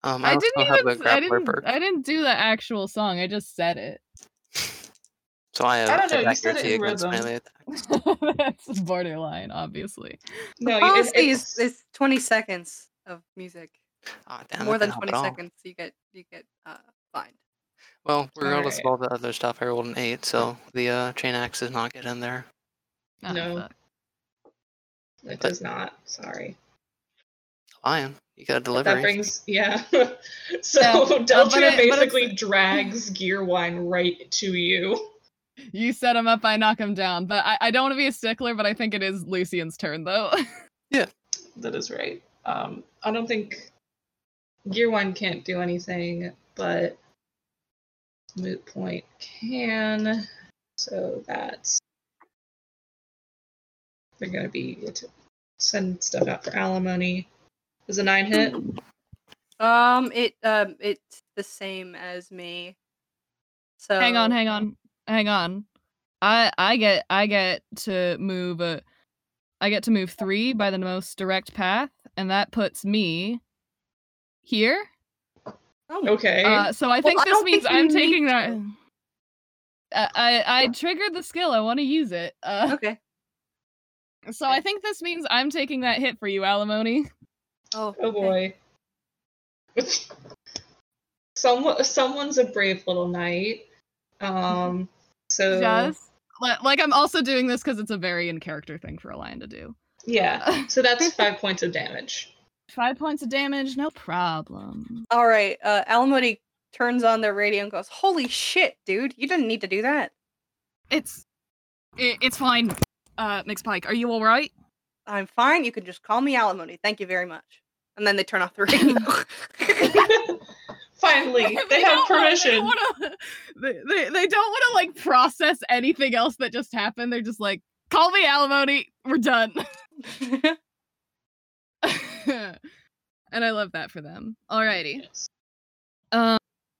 S3: Um,
S5: I
S3: also
S5: didn't
S3: have the
S5: even. I
S3: grappler
S5: didn't.
S3: perk,
S5: I didn't do the actual song. I just said it.
S3: so I have
S1: I don't know, you
S3: attack
S1: said it
S3: accuracy
S1: in
S3: against
S1: rhythm.
S3: melee attack.
S5: *laughs* That's borderline, obviously.
S1: No, you- it,
S2: Policy
S1: it's,
S2: is, is 20 seconds of music.
S3: Ah, damn,
S2: More
S3: that
S2: than
S3: didn't help
S2: 20
S3: at all.
S2: seconds, you get you get uh, fined.
S3: Well, regardless
S1: Alright.
S3: of all the other stuff, I rolled an eight, so the uh, chain axe does not get in there.
S5: Ah,
S1: No.
S5: fuck.
S1: it does not. Sorry.
S3: Lion, you got a
S1: That
S3: delivery.
S1: brings yeah. *laughs* so *laughs*
S5: Yeah, uh, but
S1: Deltria
S5: it- but it's-
S1: basically drags Gearwine right to you.
S5: You set him up. I knock him down. But I, I don't want to be a stickler. But I think it is Lucian's turn, though. *laughs*
S1: That is right. Um, I don't think Gearwine can't do anything, but Moot Point can. So that's they're gonna be to send stuff out for alimony. Is a nine hit?
S2: Um, it um, it's the same as me. So
S5: hang on, hang on, hang on. I I get I get to move. Uh, I get to move three by the most direct path, and that puts me here.
S2: Oh,
S1: Okay.
S5: Uh, so I think
S2: I
S5: this
S2: don't
S5: means
S2: think
S5: I'm
S2: you need
S5: taking
S2: to.
S5: that. I, I I triggered the skill. I want to use it. Uh,
S2: Okay.
S5: so I think this means I'm taking that hit for you, alimony.
S2: Oh,
S1: oh
S2: okay.
S1: boy. *laughs* Someone, someone's a brave little knight. Um, so
S5: Just li- like I'm also doing this because it's a very in character thing for a lion to do.
S1: yeah.
S5: *laughs*
S1: So that's five points of damage.
S5: Five points of damage, no problem.
S2: All right. Uh, Alimony turns on their radio and goes, "Holy shit, dude! You didn't need to do that.
S5: It's it, it's fine. Uh, Mix Pike, are you all right?
S2: I'm fine. You can just call me Alimony. Thank you very much." And then they turn off the
S5: *laughs*
S2: radio. *laughs*
S1: *laughs* Finally, they have
S5: don't wanna- *laughs* they,
S1: permission.
S5: don't wanna, they, they, they don't want to like process anything else that just happened. They're just like, call me alimony. We're done. *laughs* and I love that for them. Alrighty.
S1: Yes.
S5: Um,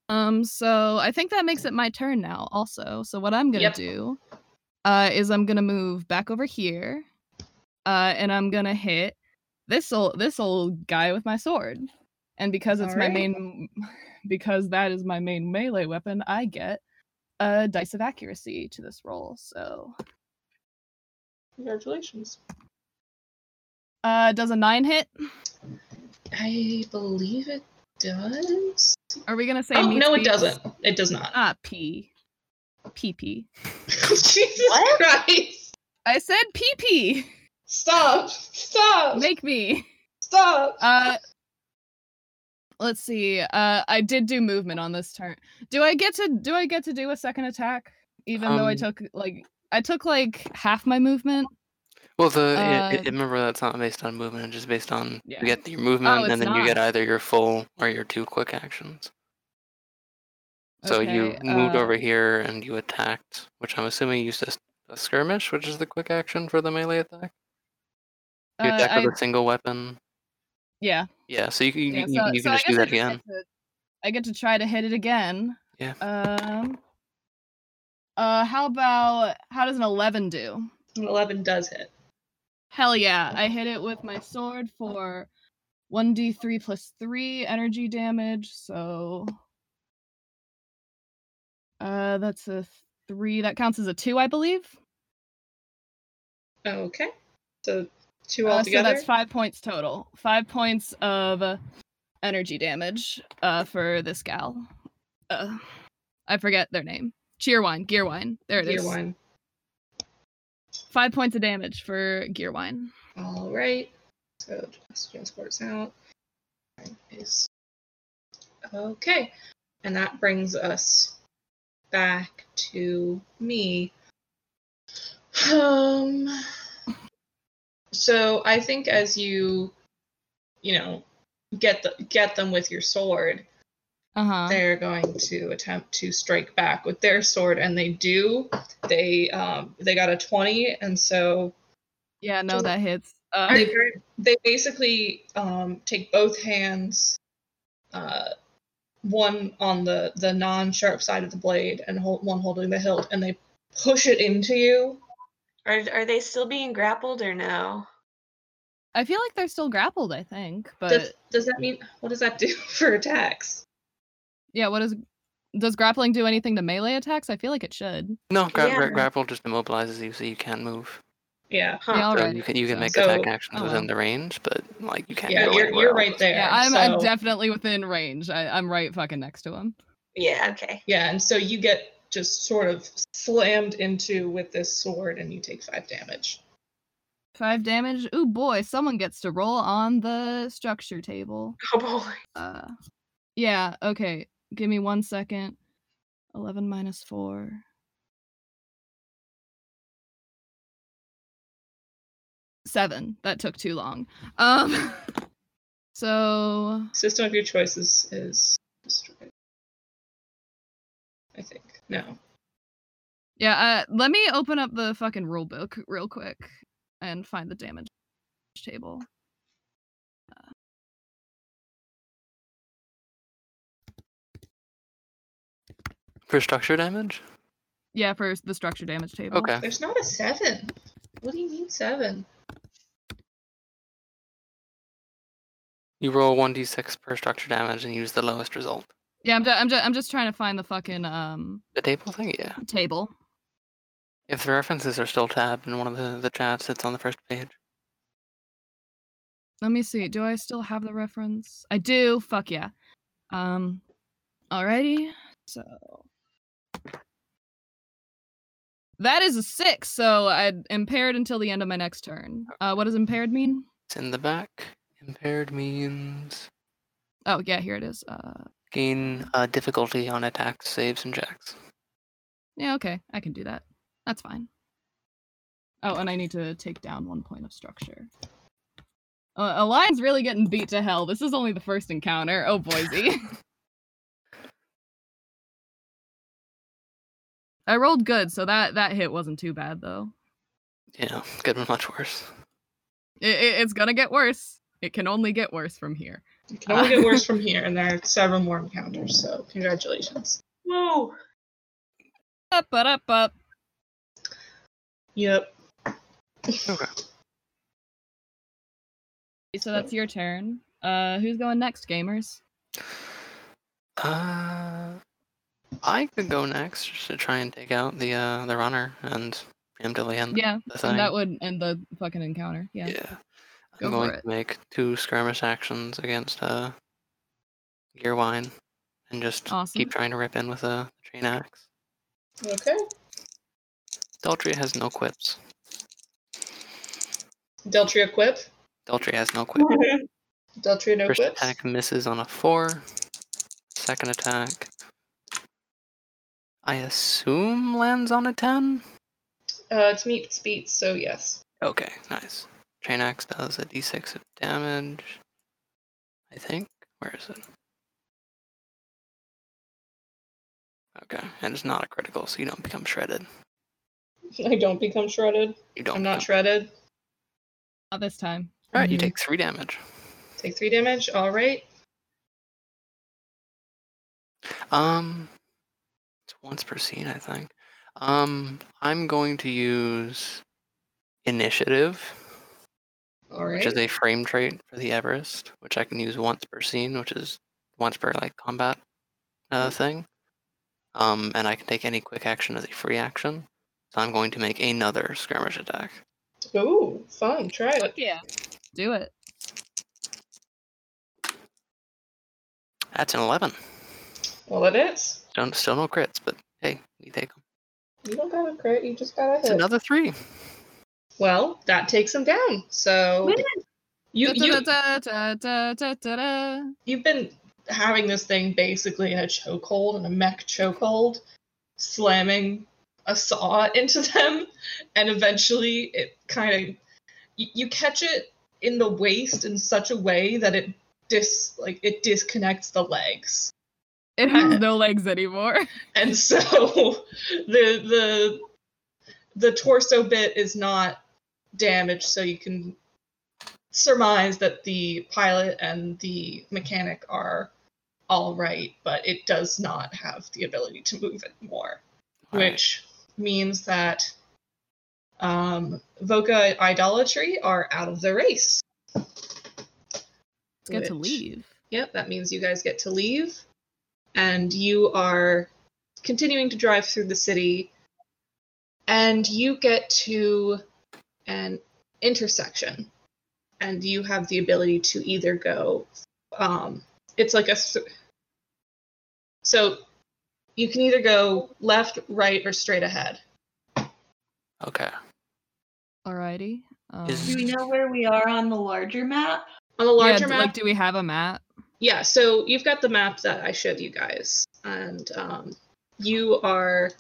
S5: um, so I think that makes it my turn now, also. So what I'm gonna
S1: Mm. Yep.
S5: do uh is I'm gonna move back over here. Uh and I'm gonna hit this old this old guy with my sword. And because it's my
S1: Alright.
S5: main *laughs* because that is my main melee weapon, I get a dice of accuracy to this roll. So
S1: Congratulations.
S5: uh does a nine hit?
S1: I believe it does.
S5: Are we gonna say
S1: Oh,
S5: meets
S1: no, it
S5: beats?
S1: doesn't. It does not.
S5: Ah, pee. Pee pee.
S1: *laughs* Jesus
S4: What?
S1: Christ.
S5: I said pee pee.
S1: Stop. Stop.
S5: Make me.
S1: Stop.
S5: Uh Let's see. Uh I did do movement on this turn. Do I get to do I get to do a second attack even though I
S3: Um,
S5: took like I took like half my movement?
S3: Well, the
S5: Uh,
S3: it, it, remember that's not based on movement; it's just based on
S5: Yeah. Oh,
S3: you get your movement,
S5: it's
S3: and then you get
S5: not.
S3: either your full or your two quick actions. So you
S5: Okay,
S3: moved
S5: uh,
S3: over here and you attacked, which I'm assuming you used a, s- a skirmish, which is the quick action for the melee attack.
S5: Uh,
S3: You attack
S5: I,
S3: with a single weapon.
S5: yeah.
S3: Yeah, so you you,
S5: yeah,
S3: you,
S5: so-
S3: you
S5: so
S3: can
S5: I
S3: just do
S5: guess I
S3: that again.
S5: get to- I get to try to hit it again.
S3: Yeah.
S5: Um uh how about how does an 11 do?
S1: An 11 does hit.
S5: Hell yeah. I hit it with my sword for 1d3 plus 3 energy damage. So uh that's a 3. That counts as a 2, I believe.
S1: Okay. So two
S5: Uh, so
S1: altogether.
S5: that's 5 points total. 5 points of uh, energy damage uh for this gal. Uh I forget their name. Cheerwine, Gearwine. There it is.
S1: Gear one.
S5: 5 points of damage for Gearwine.
S1: All right. So just transports out. Mine Is okay, and that brings us back to me. Um. So I think as you, you know, get the get them with your sword,
S5: Uh-huh.
S1: they're going to attempt to strike back with their sword, and they do. They um they got a twenty, and so
S5: Yeah, no
S1: Does it-
S5: that hits. Uh,
S1: They, they basically um, take both hands, uh, one on the, the non sharp side of the blade and hold, one holding the hilt, and they push it into you.
S4: Are are they still being grappled or no?
S5: I feel like they're still grappled. I think, but
S1: Does, does that mean what does that do *laughs* for attacks?
S5: yeah, what is? Does grappling do anything to melee attacks? I feel like it should.
S3: No, gra-
S4: Yeah.
S3: gra- grapple just immobilizes you, so you can't move.
S1: Yeah.
S4: Huh.
S5: Yeah,
S3: So
S5: Alright,
S3: you can you can
S5: so-
S3: make
S1: So-
S3: attack actions
S5: oh,
S3: within the
S5: well.
S3: range, but like you can't.
S1: Yeah,
S3: go
S1: you're,
S3: anywhere
S1: you're
S3: else.
S1: right there.
S5: Yeah, I'm,
S1: so-
S5: I'm definitely within range. I, I'm right fucking next to him.
S4: Yeah, okay. *laughs*
S1: Yeah, and so you get just sort of slammed into with this sword and you take five damage.
S5: Five damage. Ooh boy, someone gets to roll on the structure table.
S4: Oh *laughs* boy.
S5: Uh, yeah. Okay. Give me one second. Eleven minus four. Seven. That took too long. Um. *laughs* So
S1: System of your choices is destroyed. I think. No.
S5: yeah. Uh, let me open up the fucking rule book real quick and find the damage table.
S3: for structure damage.
S5: Yeah, for the structure damage table.
S3: Okay,
S1: There's not a seven. What do you mean seven?
S3: you roll one d six per structure damage and use the lowest result.
S5: Yeah, I'm, ju- I'm, ju- I'm just trying to find the fucking um
S3: The table thing, yeah.
S5: table.
S3: If the references are still tabbed in one of the the chats, it's on the first page.
S5: Let me see. Do I still have the reference? I do. Fuck yeah. Um, alrighty. So that is a six. So I impaired until the end of my next turn. Uh, what does impaired mean?
S3: It's in the back. Impaired means
S5: Oh yeah, here it is. Uh,
S3: gain uh, difficulty on attacks, saves, and checks.
S5: yeah. Okay, I can do that. That's fine. Oh, and I need to take down one point of structure. Uh, Alliance really getting beat to hell. This is only the first encounter. Oh, Boise. *laughs* I rolled good, so that that hit wasn't too bad though.
S3: Yeah, could be much worse.
S5: It, it, it's gonna get worse. It can only get worse from here.
S1: It can *laughs* only get worse from here, and there are several more encounters, so congratulations.
S4: Whoa.
S5: Up, but up, up.
S1: Yep.
S3: Okay.
S5: So that's your turn. Uh, who's going next, gamers?
S3: Uh, I could go next just to try and take out the uh the runner and preemptively end
S5: Yeah,
S3: the thing.
S5: and that would end the fucking encounter. Yeah.
S3: yeah.
S5: Go
S3: I'm
S5: for
S3: going
S5: it.
S3: to make two skirmish actions against uh Gearwine and just
S5: Awesome.
S3: keep trying to rip in with a chain axe.
S1: Okay.
S3: Deltria has no quips.
S1: Deltria quip.
S3: Deltria has no quips.
S4: *laughs*
S1: Deltria no
S3: First
S1: quips.
S3: attack misses on a four. Second attack, I assume lands on a ten.
S1: Uh, it's meat, it's beats, so yes. *laughs*
S3: Okay, nice. Chain axe does a d6 of damage. I think. Where is it? Okay, and it's not a critical, so you don't become shredded.
S1: I don't become shredded.
S3: You don't.
S1: I'm not
S3: become-
S1: shredded.
S5: Not this time. Mm-hmm.
S3: Alright, you
S1: Mhm.
S3: take three damage.
S1: Take three damage. All right.
S3: Um, it's once per scene, I think. Um, I'm going to use initiative,
S1: All
S3: which
S1: right.
S3: is a frame trait for the Everest, which I can use once per scene, which is once per like combat
S1: Mm-hmm.
S3: uh, thing. Um, and I can take any quick action as a free action. So I'm going to make another skirmish attack.
S1: Ooh, fun. Try it.
S5: Yeah. Do it.
S3: That's an 11.
S1: Well, it is.
S3: Don't, still no crits, but hey, we take 'em.
S1: You don't gotta crit. You just gotta
S3: It's
S1: hit.
S3: another three.
S1: Well, that takes him down. So you you
S5: Da-da-da-da-da-da-da-da.
S1: you've been having this thing basically in a chokehold, in a mech chokehold, slamming a saw *laughs* into them, and eventually it kind of you, you catch it in the waist in such a way that it dis like it disconnects the legs.
S5: *laughs* It has no legs *laughs* anymore.
S1: and so *laughs* the the the torso bit is not damaged so you can surmise that the pilot and the mechanic are all right, but it does not have the ability to move it more,
S3: Alright.
S1: which means that um, Voca idolatry are out of the race.
S5: It's good to
S1: Which-
S5: leave.
S1: Yep, that means you guys get to leave, and you are continuing to drive through the city, and you get to an intersection, and you have the ability to either go. Um, it's like a th- so you can either go left, right, or straight ahead.
S3: Okay.
S5: Alrighty. Um,
S3: Is-
S4: Do we know where we are on the larger map?
S1: On the larger
S5: yeah, d-
S1: map,
S5: Like, do we have a map?
S1: yeah so you've got the map that i showed you guys and um, you are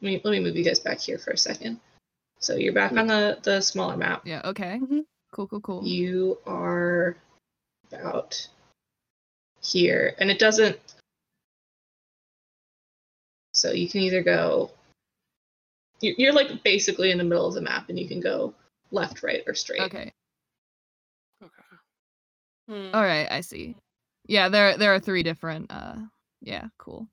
S1: let me, let me move you guys back here for a second so you're back on the the smaller map
S5: Yeah. Okay.
S2: Mhm.
S5: Cool. Cool. Cool.
S1: you are about here and it doesn't so you can either go you- you're like basically in the middle of the map and you can go left right or straight
S5: Okay.
S2: Hmm.
S5: All right. I see. Yeah. There. There are three different. Uh. Yeah. Cool.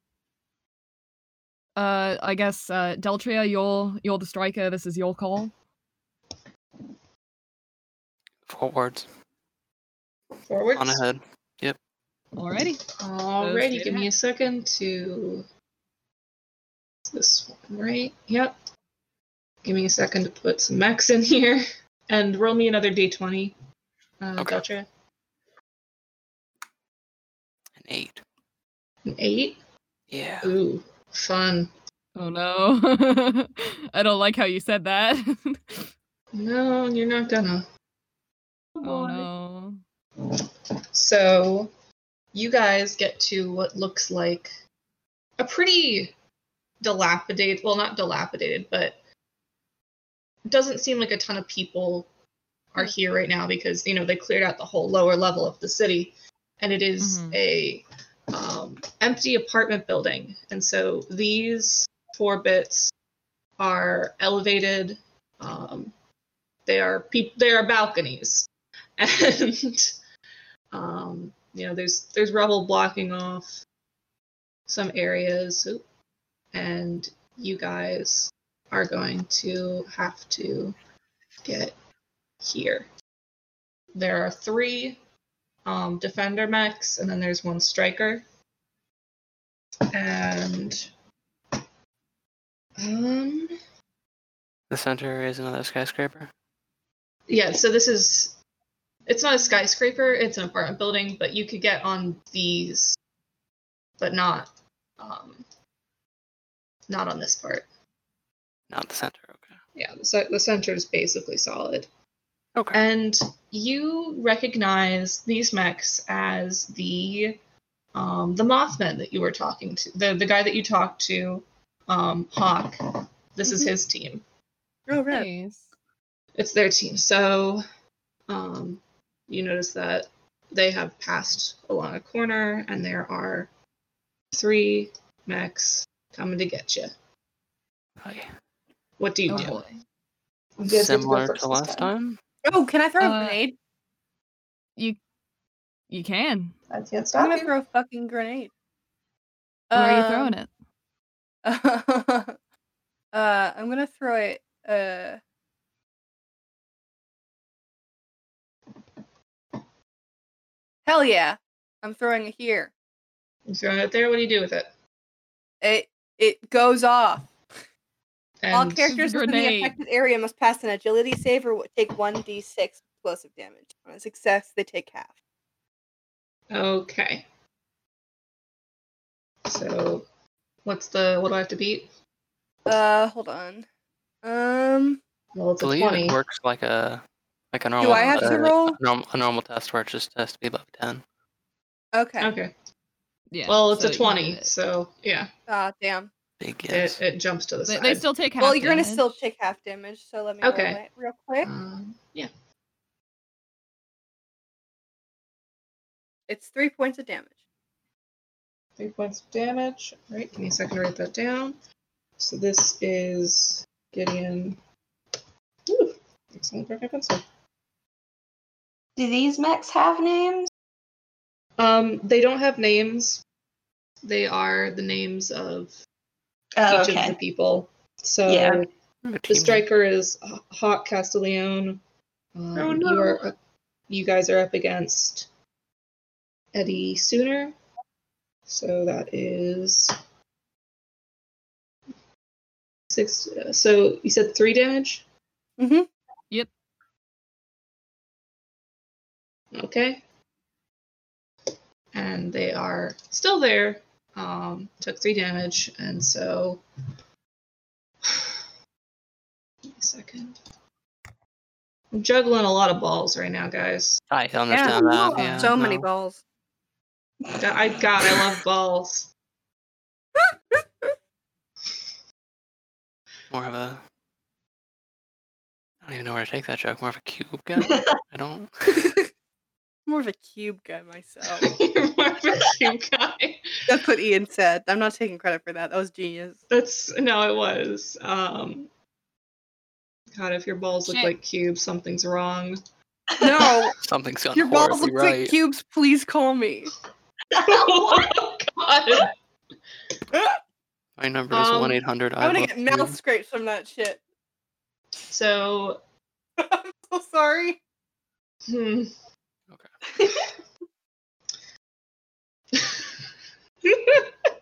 S5: Uh. I guess. Uh. Deltria, you're you're the striker. This is your call.
S3: Forwards.
S1: forward
S3: On ahead.
S5: Alrighty.
S1: Alrighty,
S5: straight
S1: give me a second to this one, right? Yep. Give me a second to put some max in here *laughs* and roll me another d20. Uh,
S3: Okay.
S1: Deltra.
S3: An eight.
S1: An eight.
S3: Yeah.
S1: Ooh, fun.
S5: Oh no. *laughs* I don't like how you said that. *laughs*
S1: No, you're not gonna.
S5: oh no.
S1: So, you guys get to what looks like a pretty dilapidated, well, not dilapidated, but it doesn't seem like a ton of people are here right now because, you know, they cleared out the whole lower level of the city and it is
S5: Mhm.
S1: a um, empty apartment building. And so these four bits are elevated. Um, they are peop- they are balconies. *laughs* And um, you know, there's there's rubble blocking off some areas, oop, and you guys are going to have to get here. There are three um, defender mechs, and then there's one striker. And um,
S3: The center is another skyscraper.
S1: Yeah, so this is it's not a skyscraper, it's an apartment building, but you could get on these but not um not on this part.
S3: Not the center. Okay.
S1: Yeah, the, ce- the center is basically solid.
S3: Okay.
S1: And you recognize these mechs as the um, the Mothman that you were talking to, the the guy that you talked to, um, Hawk. This is
S2: Mhm.
S1: his team.
S2: Oh, right.
S5: Nice.
S1: it's their team. So um, you notice that they have passed along a corner and there are three mechs coming to get you.
S3: Okay.
S1: What do you
S5: Oh
S1: do?
S5: boy.
S1: You guys get to go
S3: Similar
S1: first
S3: to
S1: this
S3: last time.
S2: Oh, can I throw
S5: Uh,
S2: a grenade?
S5: You can.
S1: I can't
S2: I'm
S1: stop
S2: gonna
S1: you.
S2: throw a fucking grenade. Um,
S5: Where are you throwing it?
S2: it? *laughs* uh, I'm gonna throw it. Uh, hell yeah! I'm throwing it here.
S1: You throwing it there. What do you do with it?
S2: It it goes off. All
S1: And
S2: characters within the
S5: grenade.
S2: affected area must pass an agility save or take 1d6 explosive damage. On a success, they take half.
S1: okay. So what's the what do I have to beat?
S2: Uh, hold on. Um,
S1: Well, it's a
S3: I believe
S1: twenty.
S3: it works like a like a normal.
S2: I have to
S3: uh,
S2: roll?
S3: A normal, a normal test where it just has to be above ten.
S2: okay.
S1: Okay.
S5: Yeah.
S1: Well, it's
S5: so
S1: a
S5: you
S1: twenty.
S5: did it.
S1: So yeah,
S2: Ah, damn.
S3: Big yes.
S1: it, it jumps to the
S5: They,
S1: side.
S5: they still take half.
S2: well, you're gonna
S5: damage.
S2: still take half damage, so let me
S1: Okay.
S2: roll it real quick.
S1: Um, yeah.
S2: It's three points of damage.
S1: Three points of damage. All right, give me a second to write that down. So this is Gideon. Ooh, excellent perfect pencil.
S4: Do these mechs have names?
S1: Um, they don't have names. They are the names of
S4: Oh,
S1: each of the
S4: okay.
S1: people. So
S4: Yeah.
S1: the striker is H- Hawk Castiglione. Um,
S4: Oh,
S1: You
S4: no.
S1: are, up- you guys are up against Eddie Sooner. So that is six. uh, So you said three damage.
S4: Mm-hmm.
S2: Mhm.
S5: Yep.
S1: Okay. And they are still there. Um, took three damage, and so. *sighs* Give me a second. I'm juggling a lot of balls right now, guys.
S3: I understand
S5: Yeah.
S3: that. Yeah,
S5: Uh,
S2: so many
S3: no.
S2: balls. *laughs*
S1: I God, I love balls. *laughs*
S3: More of a. I don't even know where to take that joke. More of a
S2: *laughs*
S3: cube guy. I don't.
S2: More of a cube guy myself.
S1: *laughs* You're more of a cute guy.
S2: That's what Ian said. I'm not taking credit for that. That was genius.
S1: That's no, it was. Um, God, if your balls look
S5: Shit.
S1: like cubes, something's wrong. *laughs*
S4: *laughs*
S2: No,
S3: Something's gone
S2: your balls
S3: horribly
S2: look
S3: right.
S2: like cubes. Please call me.
S1: oh God!
S3: My number is
S1: Um,
S3: one eight hundred.
S2: I'm gonna get mouth scrapes from that shit.
S1: So
S2: I'm so *laughs* sorry.
S1: Hmm. *laughs*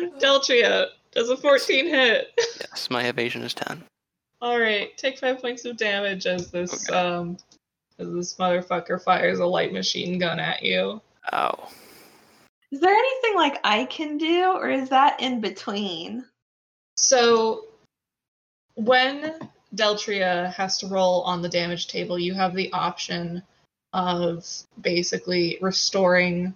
S1: Deltria does a 14 hit. *laughs*
S3: Yes, my evasion is ten.
S1: All right, take five points of damage as this
S3: Okay.
S1: um as this motherfucker fires a light machine gun at you.
S3: Ow.
S4: Is there anything like I can do, or is that in between?
S1: So when Deltria has to roll on the damage table, you have the option of basically restoring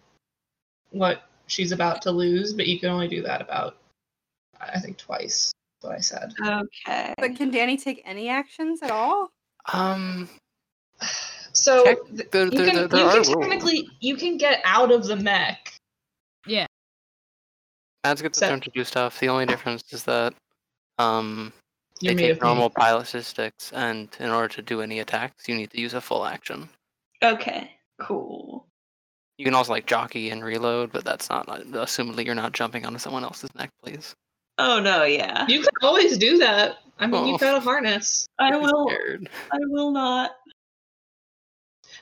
S1: what she's about to lose, but you can only do that about I think twice what I said.
S4: Okay.
S2: But can Danny take any actions at all?
S3: Um.
S1: So
S3: Check.
S1: th-
S3: There,
S1: you
S3: there,
S1: can,
S3: there, there
S1: you
S3: are
S1: can
S3: rules.
S1: technically you can get out of the mech.
S3: Ads get the
S1: So-
S3: turn to do stuff. The only difference is that um,
S1: You're
S3: they
S1: made
S3: take
S1: of normal.
S3: normal pilot statistics, and in order to do any attacks, you need to use a full action.
S4: Okay. Cool.
S3: You can also like jockey and reload, but that's not. not- Assumedly, you're not jumping onto someone else's neck, please.
S4: Oh no, yeah.
S1: You can always do that. I mean,
S3: Oh.
S1: you've got a harness.
S4: I
S3: I'd be
S4: will.
S3: scared.
S4: I will not.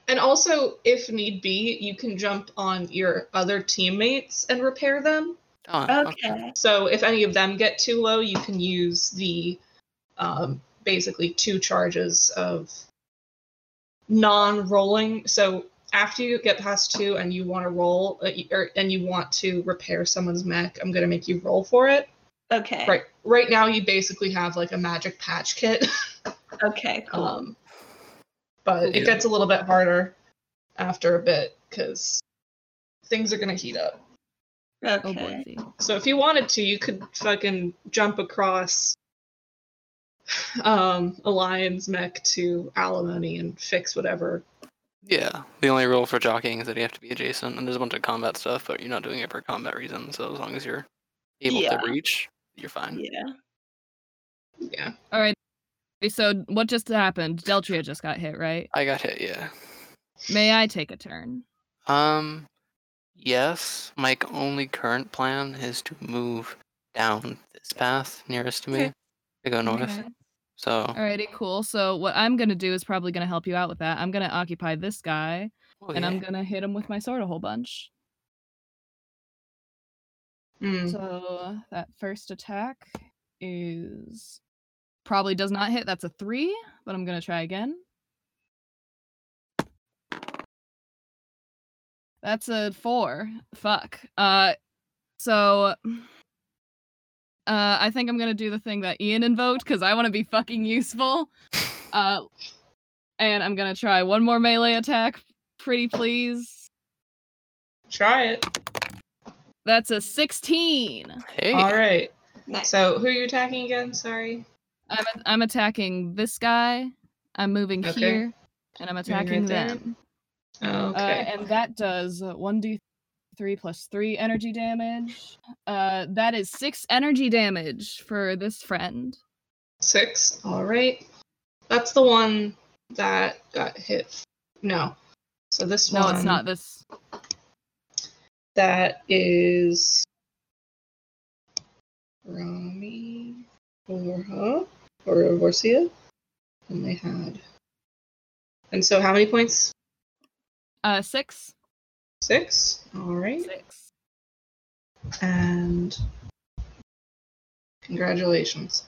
S1: And also, if need be, you can jump on your other teammates and repair them.
S3: Oh, okay.
S4: Okay.
S1: So if any of them get too low, you can use the um, basically two charges of non-rolling. So after you get past two and you want to roll, uh, y- or, and you want to repair someone's mech, I'm gonna make you roll for it.
S4: Okay.
S1: Right. Right now, you basically have like a magic patch kit.
S4: Okay. Cool.
S1: Um, but
S3: Yeah.
S1: it gets a little bit harder after a bit because things are gonna heat up.
S5: Oh
S4: okay.
S5: boy.
S1: So if you wanted to, you could fucking jump across *sighs* um, Alliance mech to Alimony and fix whatever.
S3: Yeah. The only rule for jockeying is that you have to be adjacent, and there's a bunch of combat stuff, but you're not doing it for combat reasons. So as long as you're able
S4: Yeah.
S3: to reach, you're fine.
S4: Yeah.
S1: Yeah.
S5: All right. So what just happened? Deltria just got hit, right?
S3: I got hit. Yeah.
S5: May I take a turn?
S3: Um, yes. My c- only current plan is to move down this path nearest to
S2: Okay.
S3: me to go north.
S5: Okay.
S3: So
S5: Alrighty, cool. So what I'm gonna do is probably gonna help you out with that. I'm gonna occupy this guy,
S3: well,
S5: and I'm
S3: Oh, yeah,
S5: gonna hit him with my sword a whole bunch.
S1: Mm.
S5: So that first attack is probably does not hit. That's a three, but I'm gonna try again. That's a four. Fuck. Uh, so uh, I think I'm gonna do the thing that Ian invoked because I want to be fucking useful. Uh, and I'm gonna try one more melee attack. Pretty please.
S1: Try it.
S5: That's a 16.
S3: hey,
S1: All right.
S4: Nice.
S1: So who are you attacking again? Sorry.
S5: I'm I'm attacking this guy. I'm moving
S1: Okay.
S5: here, and I'm attacking
S1: there.
S5: them. Uh,
S1: Oh, Okay.
S5: and that does one d three plus three energy damage. Uh, that is six energy damage for this friend.
S1: Six. All right. That's the one that got hit. No. So this
S5: No,
S1: one.
S5: it's not this.
S1: That is. Rami Orha or Orsia. And they had. And so how many points?
S5: Uh, six,
S1: Six. All right.
S5: six.
S1: and congratulations.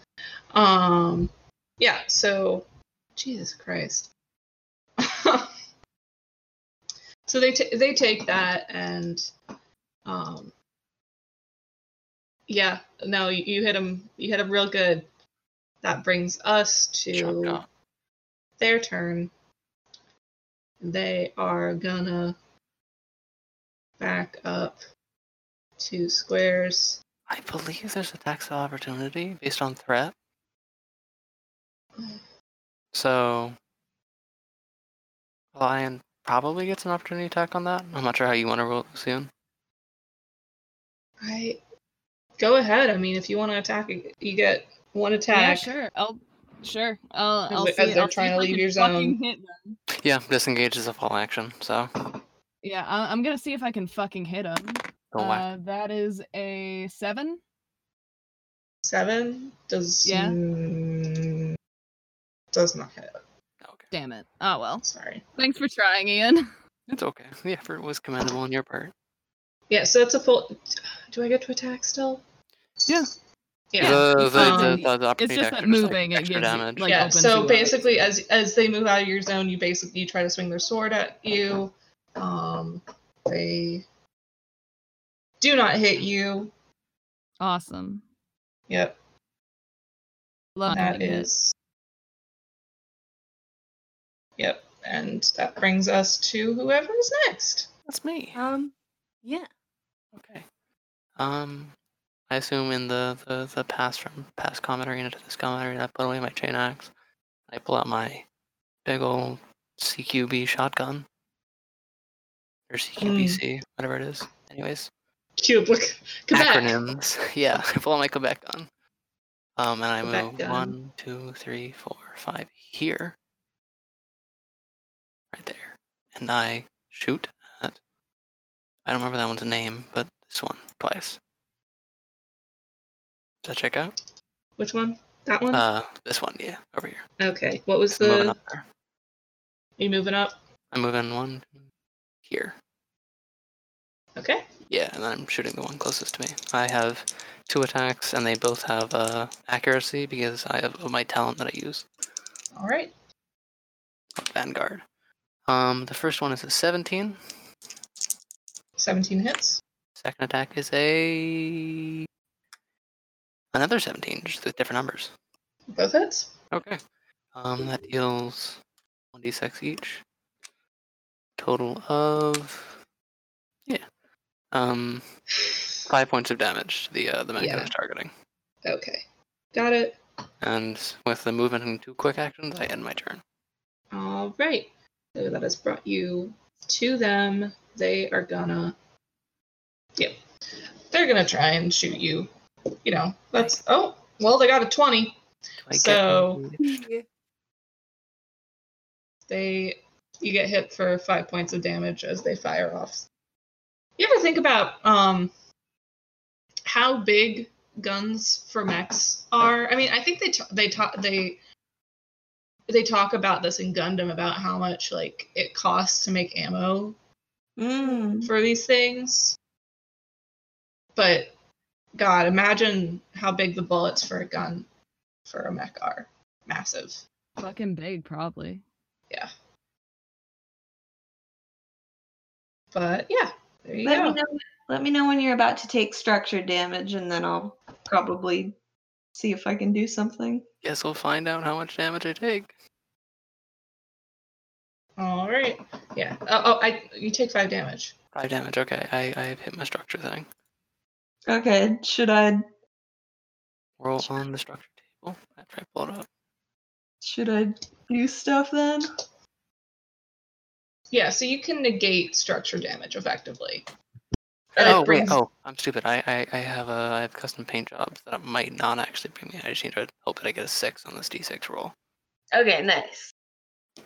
S1: Um, yeah. So, Jesus Christ. *laughs* so they ta they take that and, um, yeah. No, you, you hit him. You hit him real good. That brings us to
S3: Chaka.
S1: their turn. They are gonna back up two squares.
S3: I believe there's a tax of opportunity based on threat. So Lion probably gets an opportunity attack on that. I'm not sure how you want to roll it, Lucian.
S1: I go ahead. I mean, if you want to attack, you get one
S5: Yeah,
S1: attack.
S5: sure. I'll sure. I'll. I'll
S1: As-
S5: see,
S1: as they're
S5: I'll see
S1: trying to
S5: if I
S1: leave
S5: can
S1: your
S5: fucking
S1: zone.
S5: Hit them.
S3: Yeah, disengage is a full action, so
S5: Yeah, I, I'm gonna see if I can fucking hit them.
S3: don't whack.
S5: Uh, that is a seven.
S1: Seven does
S5: Yeah.
S1: mm, does not hit.
S3: Okay.
S5: Damn it. Oh well.
S1: Sorry.
S5: Thanks for trying, Ian. *laughs*
S3: It's okay. The effort was commendable on your part.
S1: Yeah. So that's a full. Do I get to attack still?
S3: Yeah.
S1: Yeah.
S3: The, the, the,
S5: um,
S3: the
S5: It's
S3: opportunity attack are just,
S5: just that
S3: like,
S5: moving it
S3: extra
S5: gives
S3: damage.
S5: You, like
S1: yeah.
S5: opens you
S1: So
S5: up.
S1: basically, as as they move out of your zone, you basically you try to swing their sword at you. Um, they do not hit you.
S5: awesome.
S1: Yep.
S5: Love
S1: That
S5: having hit.
S1: is. Yep. And that brings us to whoever is next.
S3: That's me.
S2: Um, *laughs* yeah.
S3: Okay. Um, I assume in the, the, the pass from past comment arena to this comment arena, I put away my chain axe. I pull out my big old CQB shotgun. Or CQBC, whatever it is. Anyways,
S1: Cube, look. Quebec.
S3: acronyms. *laughs* Yeah, I pull out my Quebec gun. Um, and I
S1: Quebec
S3: move
S1: gun.
S3: one, two, three, four, five here. Right there. And I shoot at. I don't remember that one's name, but this one twice. Does that check out?
S1: Which one? That one?
S3: Uh, this one, yeah, over here.
S1: okay. What was
S3: So I'm moving
S1: the.
S3: up there.
S1: You moving up?
S3: I'm moving one here.
S1: Okay.
S3: Yeah, and then I'm shooting the one closest to me. I have two attacks, and they both have uh, accuracy because I have of my talent that I use,
S1: All right.
S3: Vanguard. Um, the first one is a 17.
S1: 17 hits.
S3: Second attack is a another 17, just with different numbers.
S1: Both hits.
S3: Okay. Um, that deals 1d6 each. Total of yeah, um, five points of damage to the uh, the mech I
S1: Yeah.
S3: was targeting.
S1: Okay. Got it.
S3: And with the movement and two quick actions, I end my turn.
S1: All right. So that has brought you to them. They are gonna. Yep. They're gonna try and shoot you. You know, that's. Oh, well, they got a 20.
S3: Do I get
S1: So-
S3: engaged?
S1: they you get hit for five points of damage as they fire off. You ever think about um how big guns for mechs are? I mean, I think they t- they talk they they talk about this in Gundam about how much like it costs to make ammo
S4: Mm.
S1: for these things. But God, imagine how big the bullets for a gun for a mech are. Massive.
S5: fucking big, probably.
S1: But yeah, there you
S4: Let
S1: go.
S4: me know. Let me know when you're about to take structure damage, and then I'll probably see if I can do something.
S3: Guess we'll find out how much damage I take.
S1: All right. Yeah. Oh, oh, I you take five damage.
S3: Five damage. Okay, I I hit my structure thing.
S4: Okay, should I
S3: Roll on the structure table after I pull it up.
S4: should I do stuff then?
S1: Yeah. So you can negate structure damage effectively. And it
S3: Oh wait,
S1: brings-
S3: oh I'm stupid. I, I I have a I have custom paint jobs that might not actually bring me. I just need to hope that I get a six on this d6 roll.
S4: Okay, nice.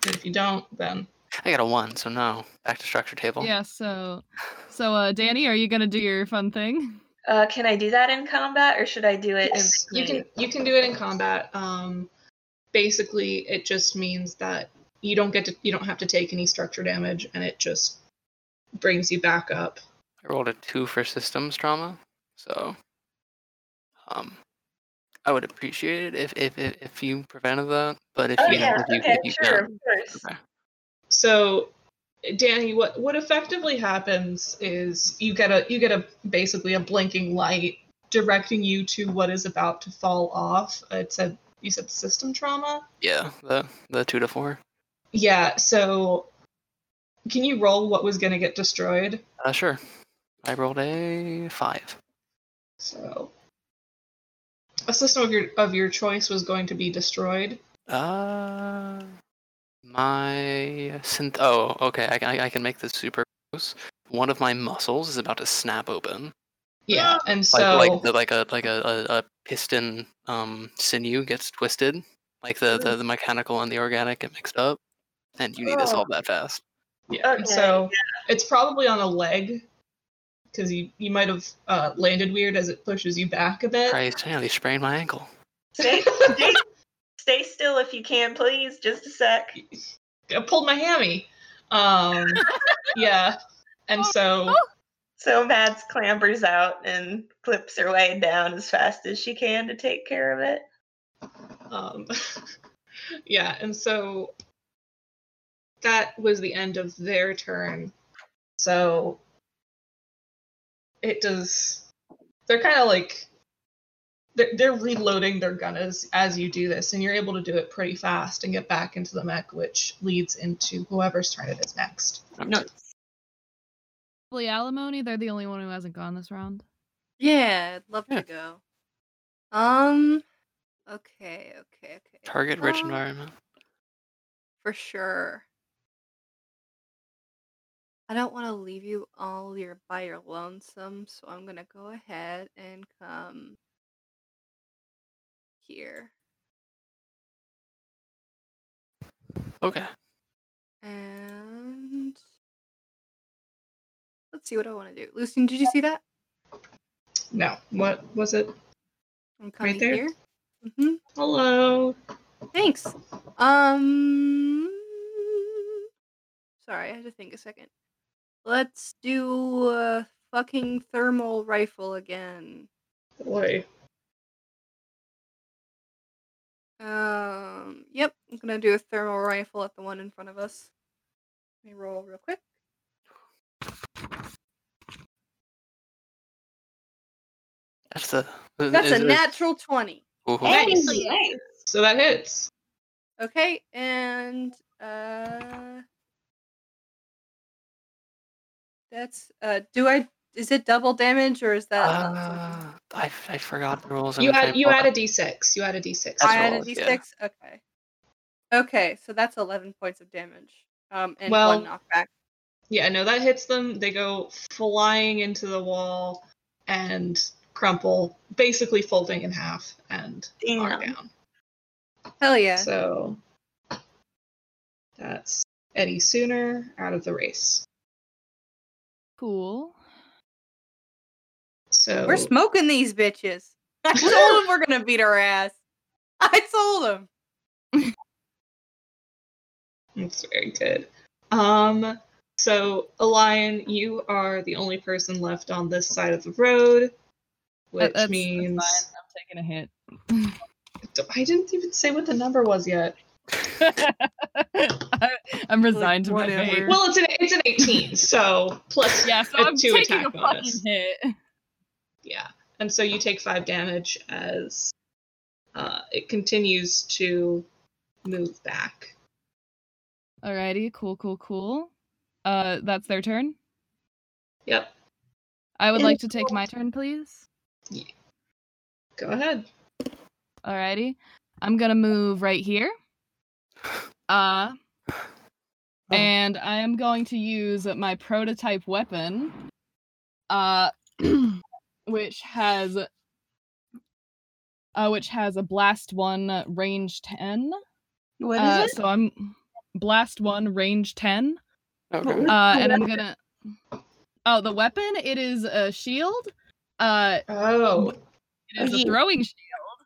S1: And if you don't, then
S3: I got a one, so no. Back to structure table.
S5: Yeah, so so uh Danny, are you gonna do your fun thing?
S4: Uh, can I do that in combat, or should I do it?
S1: Yes,
S4: in
S1: you
S4: *laughs*
S1: can you can do it in combat. Um, basically, it just means that you don't get to you don't have to take any structure damage, and it just brings you back up.
S3: I rolled a two for systems trauma, so um, I would appreciate it if if if, if you prevented that. But if
S4: Oh
S3: you
S4: yeah,
S3: if you,
S4: okay,
S3: if you
S4: sure,
S3: can,
S4: of course.
S3: okay.
S1: So, Danny, what what effectively happens is you get a you get a basically a blinking light directing you to what is about to fall off. It said you said system trauma.
S3: yeah, the the two to four.
S1: Yeah. So, can you roll what was going to get destroyed?
S3: Uh, sure. I rolled a five.
S1: So, a system of your of your choice was going to be destroyed.
S3: Uh, my synth. Oh, okay. I, can- I, I can make this super close. One of my muscles is about to snap open,
S1: Yeah, and so
S3: like like the, like a like a, a, a piston um sinew gets twisted, like the, the the mechanical and the organic get mixed up, and you need to
S4: Oh.
S3: solve that fast.
S1: yeah, and
S4: Okay,
S1: so it's probably on a leg because you you might have uh, landed weird as it pushes you back a bit.
S3: Christ, I nearly sprained my ankle.
S4: Stay, stay, stay still if you can, please. Just a sec.
S1: I pulled my hammy. Um, yeah, and so
S4: So Mads clambers out and clips her way down as fast as she can to take care of it.
S1: um, *laughs* yeah, and so that was the end of their turn. So it does. They're kind of like they're, they're reloading their gun as as you do this, and you're able to do it pretty fast and get back into the mech, which leads into whoever's turn it is next.
S3: Oh,
S4: No.
S5: Probably alimony, they're the only one who hasn't gone this round.
S2: Yeah, I'd love
S3: Yeah.
S2: to go. Um, okay, okay, okay.
S3: Target rich
S2: Um,
S3: environment.
S2: For sure. I don't want to leave you all your by your lonesome, so I'm gonna go ahead and come here.
S3: Okay.
S2: And let's see what I want to do. Lucian, did you see that?
S1: No, what was it?
S2: I'm coming
S1: there?
S2: here. Mm-hmm.
S1: Hello.
S2: Thanks. Um, sorry, I had to think a second. Let's do a fucking thermal rifle again.
S1: Boy.
S2: Um, yep, I'm gonna do a thermal rifle at the one in front of us. Let me roll real quick.
S3: That's the.
S2: That's a
S3: is- is-
S2: natural twenty.
S3: Ooh.
S1: Nice.
S4: Nice.
S1: So that hits.
S2: Okay, and uh, that's uh, do I? Is it double damage or is that? not something?
S3: Uh, I, f- I forgot the rules.
S1: You
S3: I'm
S1: add you
S3: thankful.
S1: add a d6. You add a d6.
S3: That's
S2: I
S3: what
S2: added
S3: it was,
S2: d6.
S3: yeah.
S2: Okay. Okay, so that's eleven points of damage. Um, and one
S1: Well-
S2: knockback.
S1: Yeah, no, that hits them. They go flying into the wall and crumple, basically folding in half and are
S4: Damn.
S1: down.
S2: Hell yeah.
S1: So that's Eddie Sooner out of the race.
S5: Cool.
S1: So
S2: We're smoking these bitches. *laughs* I told them we're gonna beat our ass. *laughs* I told them.
S1: that's very good. Um, so Elion, you are the only person left on this side of the road, which
S5: That- that's- that's
S1: means
S5: fine. I'm taking a hit.
S1: I didn't even say what the number was yet.
S5: I, am resigned to my
S2: whatever.
S5: fate.
S1: Well, it's an it's an 18, so plus
S5: yeah, so
S1: a
S5: I'm
S1: two
S5: taking a
S1: attack
S5: fucking
S1: bonus.
S5: hit.
S1: yeah, and so you take five damage as uh, it continues to move back.
S5: Alrighty, cool, cool, cool. Uh, that's their turn.
S1: Yep,
S5: I would
S4: Yeah,
S5: like to take my turn, please.
S1: go ahead.
S5: Alrighty, I'm gonna move right here. Uh, and I am going to use my prototype weapon, uh, *clears throat* which has, uh, which has a blast one uh, range ten.
S4: What is
S5: uh,
S4: it?
S5: So I'm blast one,
S4: *laughs*
S5: range ten.
S3: Okay.
S5: Uh, and I'm gonna. Oh, the weapon. It is a shield. Uh,
S1: Oh.
S5: it is a
S4: Yeet.
S5: throwing shield.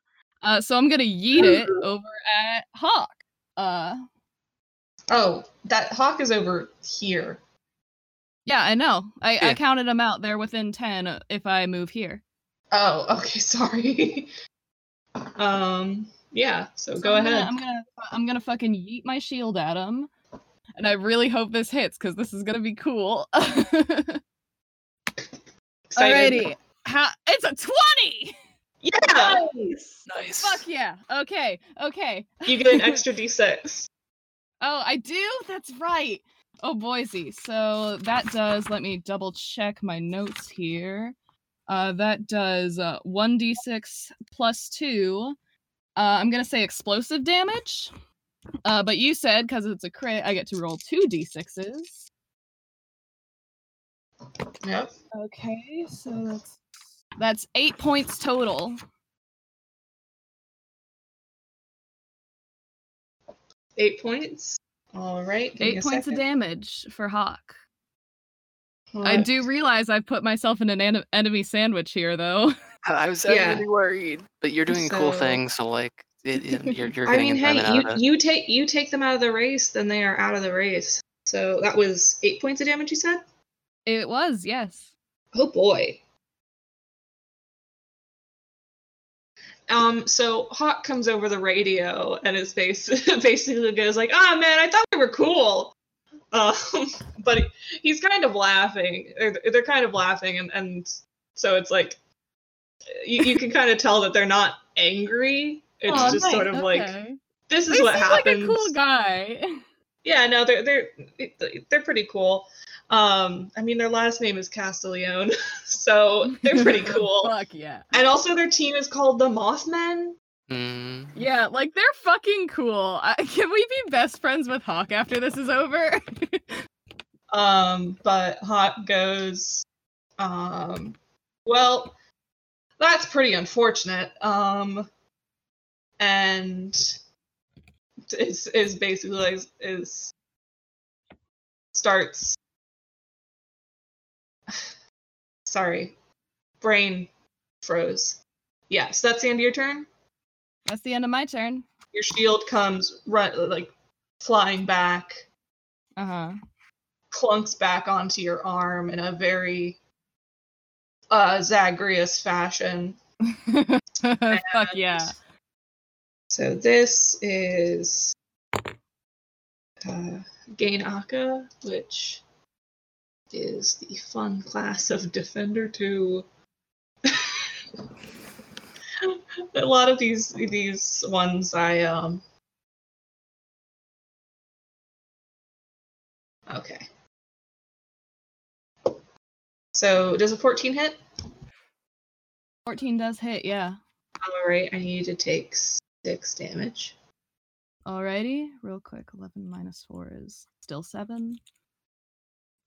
S5: Uh, so I'm gonna yeet
S1: *laughs*
S5: it over at Hawk. Uh,
S1: Oh, that hawk is over here.
S5: yeah, I know. I, I
S3: Yeah.
S5: counted them out. They're within ten. uh, If I move here,
S1: Oh, *laughs* okay, sorry. um, yeah, so,
S5: So
S1: go
S5: I'm
S1: ahead.
S5: Gonna, I'm gonna I'm gonna fucking yeet my shield at him, and I really hope this hits because this is gonna be cool. *laughs*
S1: Excited.
S5: Alrighty. Ha- it's a 20!
S1: Yeah,
S4: Nice.
S3: Nice.
S5: Fuck yeah. Okay. Okay.
S1: *laughs* you get an extra d6.
S5: Oh, I do? That's right. Oh, Boise. So that does, let me double check my notes here. Uh, that does uh, 1d6 plus 2. Uh, I'm going to say explosive damage. Uh, but you said, because it's a crit, I get to roll 2d6s.
S1: Yep.
S5: Okay, so that's that's eight points total.
S1: Eight points. All right. give me
S5: Eight points
S1: second.
S5: of damage for Hawk. I
S1: Hawk.
S5: do realize I've put myself in an en- enemy sandwich here, though. *laughs*
S3: I was
S1: Yeah.
S3: really worried, but you're doing cool
S1: So-
S3: things, so like it, it-
S1: *laughs*
S3: you're you're
S1: I
S3: getting
S1: mean,
S3: enjoyment
S1: hey, you,
S3: out of it.
S1: you take you take them out of the race, then they are out of the race. So that was eight points of damage. You said.
S5: It was, yes.
S1: Oh boy. Um, so Hawk comes over the radio and his face *laughs* basically goes like, "Ah, man, I thought we were cool." Um, *laughs* but he- he's kind of laughing. They're, they're kind of laughing, and, and so it's like you, you can kind of tell that they're not angry. It's
S5: Aw,
S1: just
S5: nice,
S1: sort of like
S5: okay.
S1: this is
S5: They
S1: what
S5: seem
S1: happens.
S5: like a cool guy. *laughs*
S1: Yeah, no, they're they're they're pretty cool. Um, I mean, their last name is Castiglione, *laughs* so they're pretty cool.
S5: Fuck yeah.
S1: and also, their team is called the Mothmen.
S3: Mm,
S5: Yeah, like they're fucking cool. I- *laughs* can we be best friends with Hawk after this is over? *laughs*
S1: Um, but Hot goes, um, well, that's pretty unfortunate. Um, and is is basically like, is starts. *sighs* Sorry, brain froze. Yeah, so that's the end of your turn.
S5: That's the end of my turn.
S1: Your shield comes run like flying back
S5: Uh huh.
S1: clunks back onto your arm in a very uh Zagreus fashion.
S5: *laughs* Fuck yeah.
S1: So this is uh Gainaka, which is the fun class of Defender 2. *laughs* a lot of these these ones I um Okay. So does a 14 hit?
S5: 14 does hit, yeah.
S1: Alright, I need you to take six damage.
S5: Alrighty, real quick. 11 minus 4 is still 7.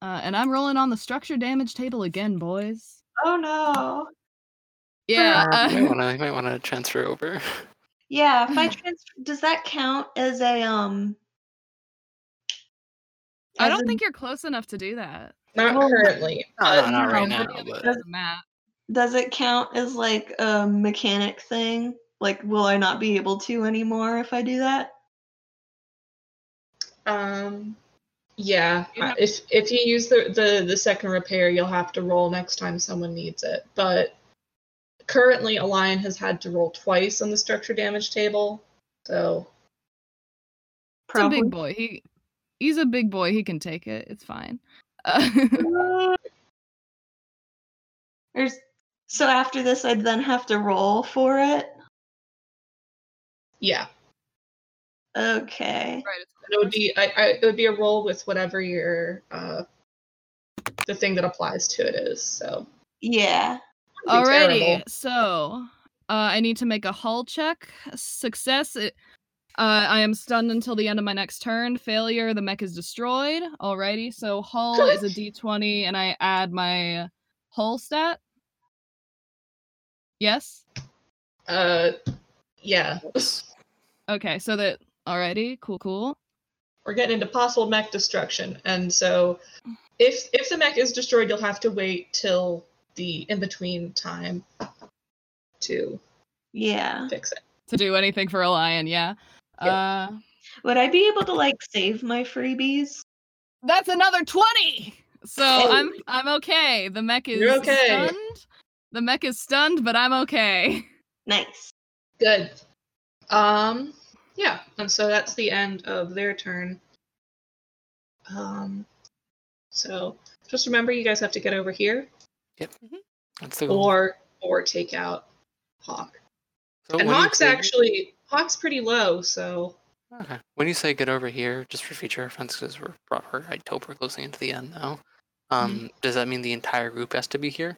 S5: Uh, and I'm rolling on the structure damage table again, boys.
S4: Oh no.
S5: Yeah.
S3: you
S1: *laughs*
S3: might
S5: uh, *laughs*
S3: wanna you might wanna transfer over. *laughs*
S4: Yeah, if I transfer, does that count as a um?
S5: I
S4: as
S5: don't
S4: a-
S5: think you're close enough to do that.
S1: Not
S4: Oh.
S1: currently.
S3: No,
S1: but-
S3: no, not right
S5: No,
S3: now,
S5: but the
S3: but
S5: other map.
S4: Does it count as like a mechanic thing? Like, will I not be able to anymore if I do that?
S1: Um, yeah.
S5: You have-
S1: uh, If if you use the, the the second repair, you'll have to roll next time someone needs it. But currently, a lion has had to roll twice on the structure damage table, so
S5: He's a big boy. He, he's a big boy. He can take it. It's fine. *laughs* Uh,
S4: There's so after this, I'd then have to roll for it.
S1: yeah.
S4: Okay.
S1: And it would be I, I it would be a roll with whatever your uh the thing that applies to it is. So
S4: Yeah.
S1: it wouldn't be
S5: Alrighty,
S1: terrible.
S5: so uh, I need to make a hull check. Success. It, uh, I am stunned until the end of my next turn. Failure. The mech is destroyed. Alrighty, so hull is a d20, and I add my hull stat. Yes.
S1: Uh, yeah.
S5: Okay, so that. Alrighty, cool, cool.
S1: We're getting into possible mech destruction, and so if if the mech is destroyed, you'll have to wait till the in between time to
S4: Yeah.
S1: fix it.
S5: to do anything for a lion. Yeah. Uh,
S4: Would I be able to like save my freebies?
S5: that's another twenty. So
S4: Hey.
S5: I'm I'm okay. The mech is
S1: You're okay.
S5: stunned. The mech is stunned, but I'm okay.
S4: Nice.
S1: Good. Um, yeah, and so that's the end of their turn. Um, so just remember, you guys have to get over here
S3: That's the goal.
S1: or or take out Hawk.
S3: So
S1: and
S3: when you
S1: Hawk's
S3: say-
S1: actually Hawk's pretty low, so
S3: Okay. When you say get over here, just for future reference, because we're proper, I hope we're closing into the end now.
S1: Mm-hmm.
S3: Um, Does that mean the entire group has to be here?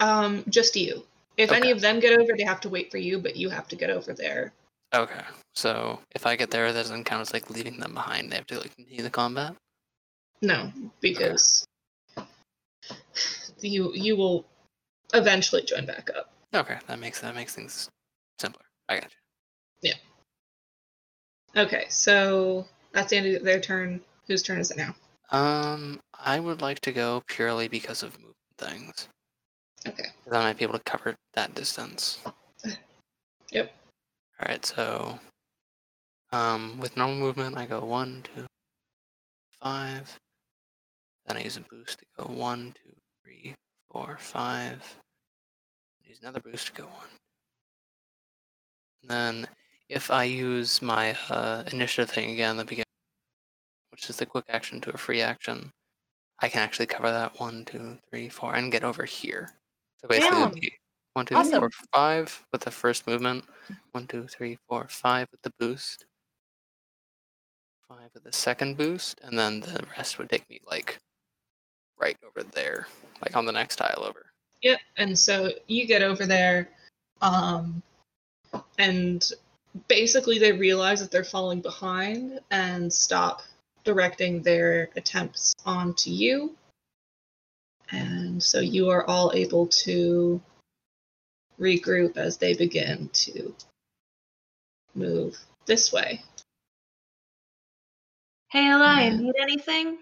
S1: um, just you. If any
S3: Okay.
S1: of them get over, they have to wait for you, but you have to get over there.
S3: Okay. So if I get there, that doesn't count as like leaving them behind. They have to like continue the combat.
S1: No, because *sighs* you you will eventually join back up.
S3: Okay, that makes that makes things simpler. I got
S1: Okay, so that's the end of their turn. Whose turn is it now?
S3: you. Um, I would like to go purely because of movement things.
S1: Okay.
S3: 'cause I might be able to cover that distance.
S1: *sighs* Yep.
S3: All right. So, um, with normal movement, I go one, two, five. Then I use a boost to go one, two, three, four, five. Use another boost to go one. And then, if I use my uh, initiative thing again at the beginning, which is the quick action to a free action, I can actually cover that one, two, three, four, and get over here. So basically, it'd
S4: Damn.
S3: be one, two, three, four,
S4: Awesome.
S3: five with the first movement. One, two, three, four, five with the boost. Five with the second boost, and then the rest would take me like right over there, like on the next tile over.
S1: Yep. And so you get over there, um, and basically they realize that they're falling behind and stop directing their attempts onto you. And so you are all able to regroup as they begin to move this way.
S4: Hey, Elian, need anything?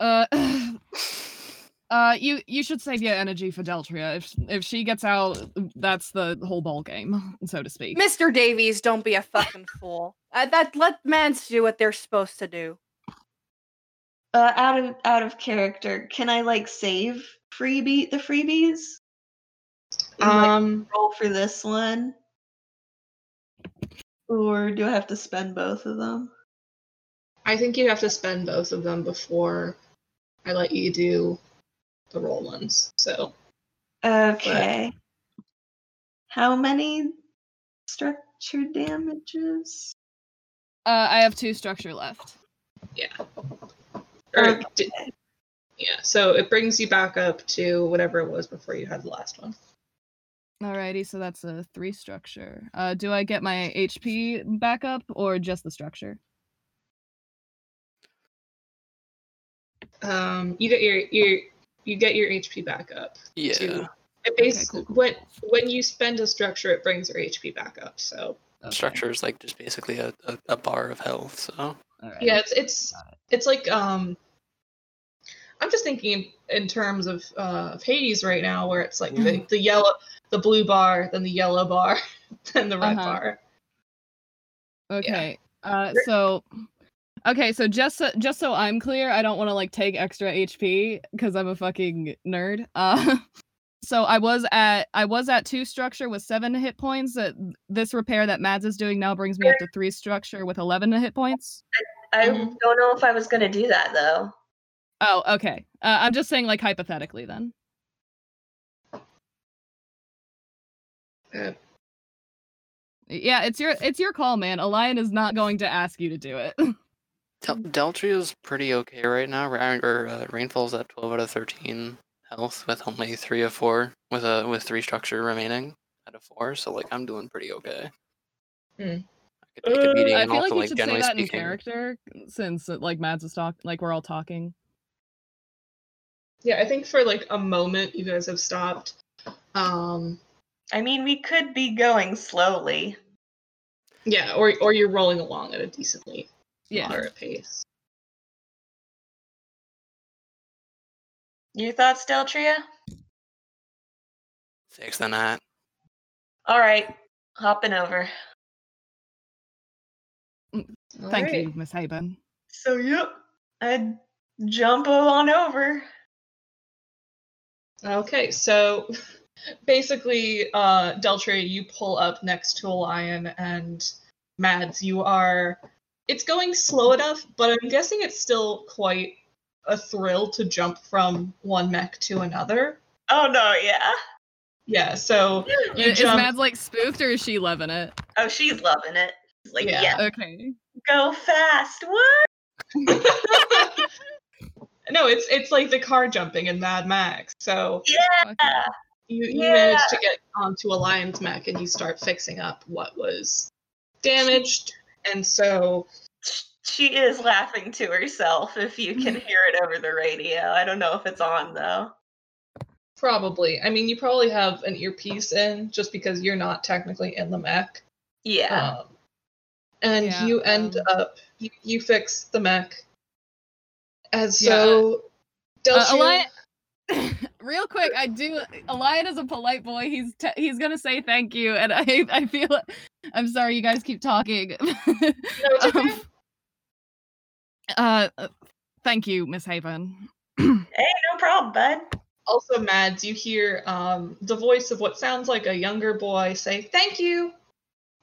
S5: Uh, *sighs* uh, you you should save your energy for Deltria. If if she gets out, that's the whole ball game, so to speak.
S2: Mr. Davies, don't be a fucking fool. Uh, that let mans do what they're supposed to do.
S4: Uh, out of out of character, can I like save freebie the freebies? And, like,
S1: Um,
S4: roll for this one, or do I have to spend both of them?
S1: I think you'd have to spend both of them before I let you do the roll ones. So
S4: Okay. How many structure damages?
S5: Uh, I have two structure left.
S1: yeah. Or
S5: Um,
S4: Okay.
S1: di- yeah. So it brings you back up to whatever it was before you had the last one.
S5: Alrighty, so that's a three structure. Uh, do I get my HP back up or just the structure?
S1: Um, you get your your you get your HP back up.
S3: Yeah.
S1: Two. It base
S5: cool, cool,
S1: when when you spend a structure, it brings your HP back up. So
S5: Okay,
S3: Structure is uh, like just basically a, a, a bar of health, so
S5: alright.
S1: yeah, it's it's it's like um. I'm just thinking in, in terms of uh, of Hades right now, where it's like the, the yellow, the blue bar, then the yellow bar, *laughs* then the red
S5: Uh-huh.
S1: bar.
S5: Okay. Uh, so, okay, so just so, just so I'm clear, I don't want to like take extra HP because I'm a fucking nerd. Uh, *laughs* so I was at I was at two structure with seven hit points. That this repair that Mads is doing now brings me up to three structure with eleven hit points.
S4: I
S1: Mhm.
S4: don't know if I was gonna do that though.
S5: Oh, okay. Uh, I'm just saying like hypothetically then.
S1: Uh,
S5: Yeah, it's your it's your call, man. Elion is not going to ask you to do it. *laughs*
S3: Del- Deltria's pretty okay right now. Ra- Or uh, Rainfall's at twelve out of thirteen health with only three of four with a with three structure remaining out of four. So like I'm doing pretty okay.
S1: Hmm.
S3: I could take a
S1: Uh,
S3: beating
S5: I
S3: and
S5: feel like
S3: also
S5: you should say
S3: generally
S5: that in
S3: speaking.
S5: character since uh, like Mads is talking like we're all talking.
S1: yeah, I think for like a moment you guys have stopped. Um,
S4: I mean, we could be going slowly.
S1: yeah, or or you're rolling along at a decently
S5: Yeah.
S4: Moderate pace. You thought still, Tria?
S3: Six the night.
S4: All right, hopping over. All
S5: Thank
S4: right.
S5: you, Miss Hayburn.
S4: So yep, I jump on over.
S1: Okay, so *laughs* basically, uh, Deltria, you pull up next to a lion, and Mads, you are. It's going slow enough, but I'm guessing it's still quite a thrill to jump from one mech to another.
S4: Oh no, yeah.
S1: Yeah,
S5: *laughs*
S1: so *laughs* you
S5: Is
S1: jump.
S5: Mads like spooked or is she loving it?
S4: Oh, she's loving it. She's like,
S1: Yeah.
S4: yeah,
S5: Okay.
S4: go fast. What?
S1: no, it's it's like the car jumping in Mad Max. So
S5: Fuck
S4: Yeah.
S1: you you
S4: Yeah.
S1: manage to get onto a lion's mech, and you start fixing up what was damaged, and so
S4: She is laughing to herself. If you
S1: *laughs*
S4: can hear it over the radio, I don't know if it's on though.
S1: Probably. I mean, you probably have an earpiece in just because you're not technically in the mech.
S4: Yeah.
S1: Um, and
S5: Yeah,
S1: you end
S5: um,
S1: up, you, you fix the mech. And so,
S5: Uh,
S1: Deltria,
S5: Elias- *laughs* real quick, I do. Elian is a polite boy. He's te- he's gonna say thank you, and *laughs* I I feel I'm sorry. You guys keep talking. *laughs*
S1: No, it's okay.
S5: Um, uh, thank you, Miss Haven.
S1: Oh.
S4: hey, no problem, bud.
S1: also Mads, you hear um, the voice of what sounds like a younger boy say, Thank you!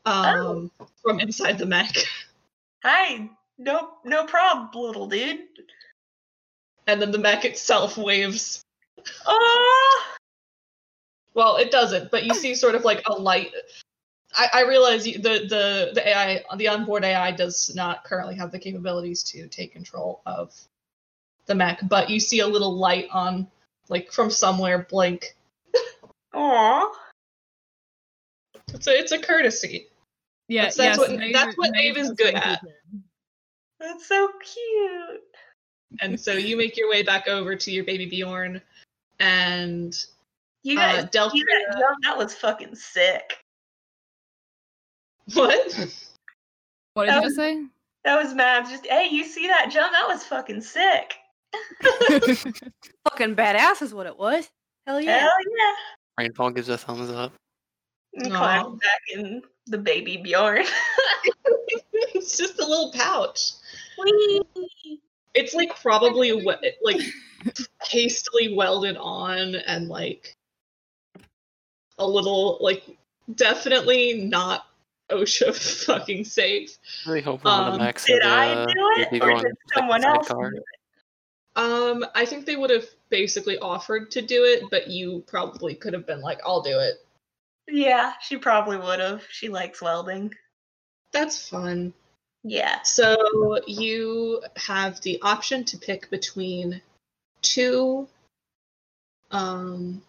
S5: Oh.
S1: Um, From inside the mech.
S4: Hi. No, no problem, little dude.
S1: And then the mech itself waves.
S4: Oh,
S1: Well, it doesn't, but you see sort of like a light. I, I realize you, the, the the AI the onboard AI does not currently have the capabilities to take control of the mech, but you see a little light on like from somewhere blink.
S4: aw.
S1: It's a it's a courtesy.
S5: Yeah,
S1: That's- that's
S5: yes,
S1: what-
S5: Maeve-
S1: that's what Maeve is
S5: does
S1: good
S5: thank you
S1: at.
S5: too.
S4: That's so cute.
S1: And so you make your way back over to your baby Bjorn, and
S4: You
S1: uh,
S4: guys,
S1: Delphi.
S4: you guys know that was fucking sick.
S1: *laughs* What?
S5: What did you
S4: Um,
S5: just say?
S4: That was mad. Just hey, you see that jump? That was fucking sick.
S1: Um, *laughs*
S2: Fucking badass is what it was. Hell yeah.
S4: Hell
S3: Rainfall gives a thumbs up.
S4: yeah! And
S1: Aw.
S4: climbs back in the baby Bjorn. *laughs*
S1: it's just a little pouch. It's like probably we- like hastily welded on and like a little like definitely not OSHA *laughs* fucking safe.
S3: Really hoping one of
S1: Um,
S3: the mechs
S4: did
S3: had,
S4: I
S3: uh,
S4: do it,
S3: maybe
S4: or
S3: gone,
S4: did
S3: like,
S4: someone
S3: inside
S4: else
S3: car.
S4: do
S1: Um, I think they would have basically offered to do it, but you probably could have been like, "I'll do it."
S4: Yeah, she probably would have. She likes welding.
S1: That's fun.
S4: Yeah.
S1: So you have the option to pick between two. Um,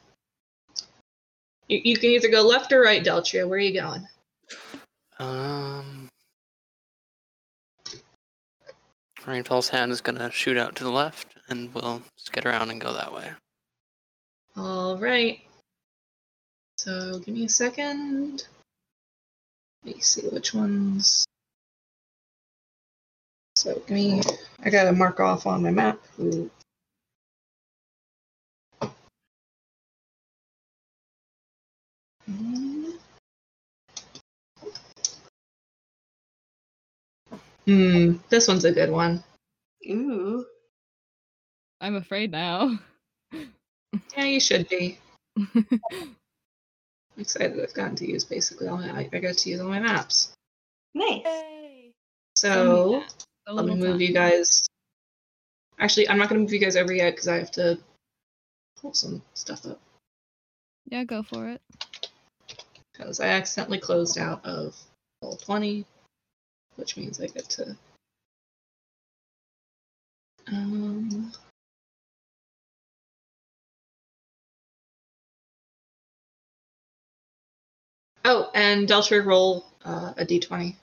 S1: you, you can either go left or right, Deltria. Where are you going?
S3: Um, Rainfall's hand is gonna shoot out to the left, and we'll skid around and go that way.
S1: All right. So give me a second. Let me see which ones. So give me. I gotta mark off on my map. who- Mm. Hmm, this one's a good one.
S4: Ooh.
S5: *laughs* I'm afraid now. *laughs*
S1: Yeah, you should be. I'm excited I've gotten to use basically all my I, I got to use all my maps.
S4: Nice.
S2: Yay.
S1: So
S5: A
S1: let me
S5: little
S1: move you
S5: time.
S1: guys. Actually, I'm not gonna move you guys over yet because I have to pull some stuff up
S5: Yeah, go for it.
S1: because I accidentally closed out of roll 20, which means I get to. Um, oh, and Delta roll uh, a d20.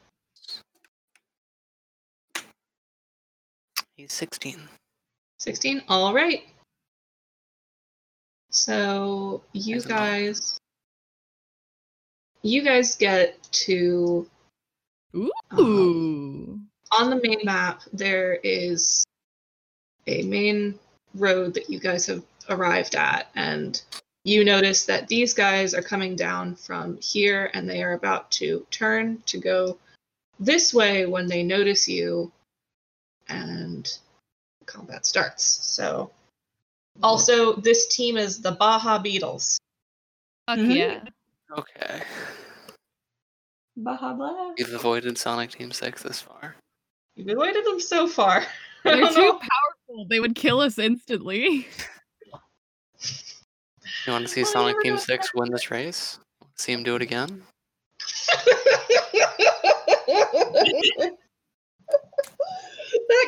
S3: He's 16.
S1: 16. All right. So you
S3: That's a lot.
S1: guys, you guys get to. uh,
S5: Ooh.
S1: on the main map, there is a main road that you guys have arrived at, and you notice that these guys are coming down from here and they are about to turn to go this way when they notice you, and combat starts. So, also, this team is the Baja Beatles.
S5: Fuck
S3: Mm-hmm.
S2: Mhm.
S5: *laughs* yeah.
S3: Okay.
S4: Baja Blast.
S3: We've avoided Sonic Team 6 this far.
S1: You've avoided them so far. *laughs* I
S5: They're
S1: don't
S5: too
S1: know.
S5: powerful. They would kill us instantly.
S3: You want to see
S1: Oh,
S3: Sonic
S1: we're
S3: Team
S1: not
S3: 6 win this race? See him do it again?
S1: that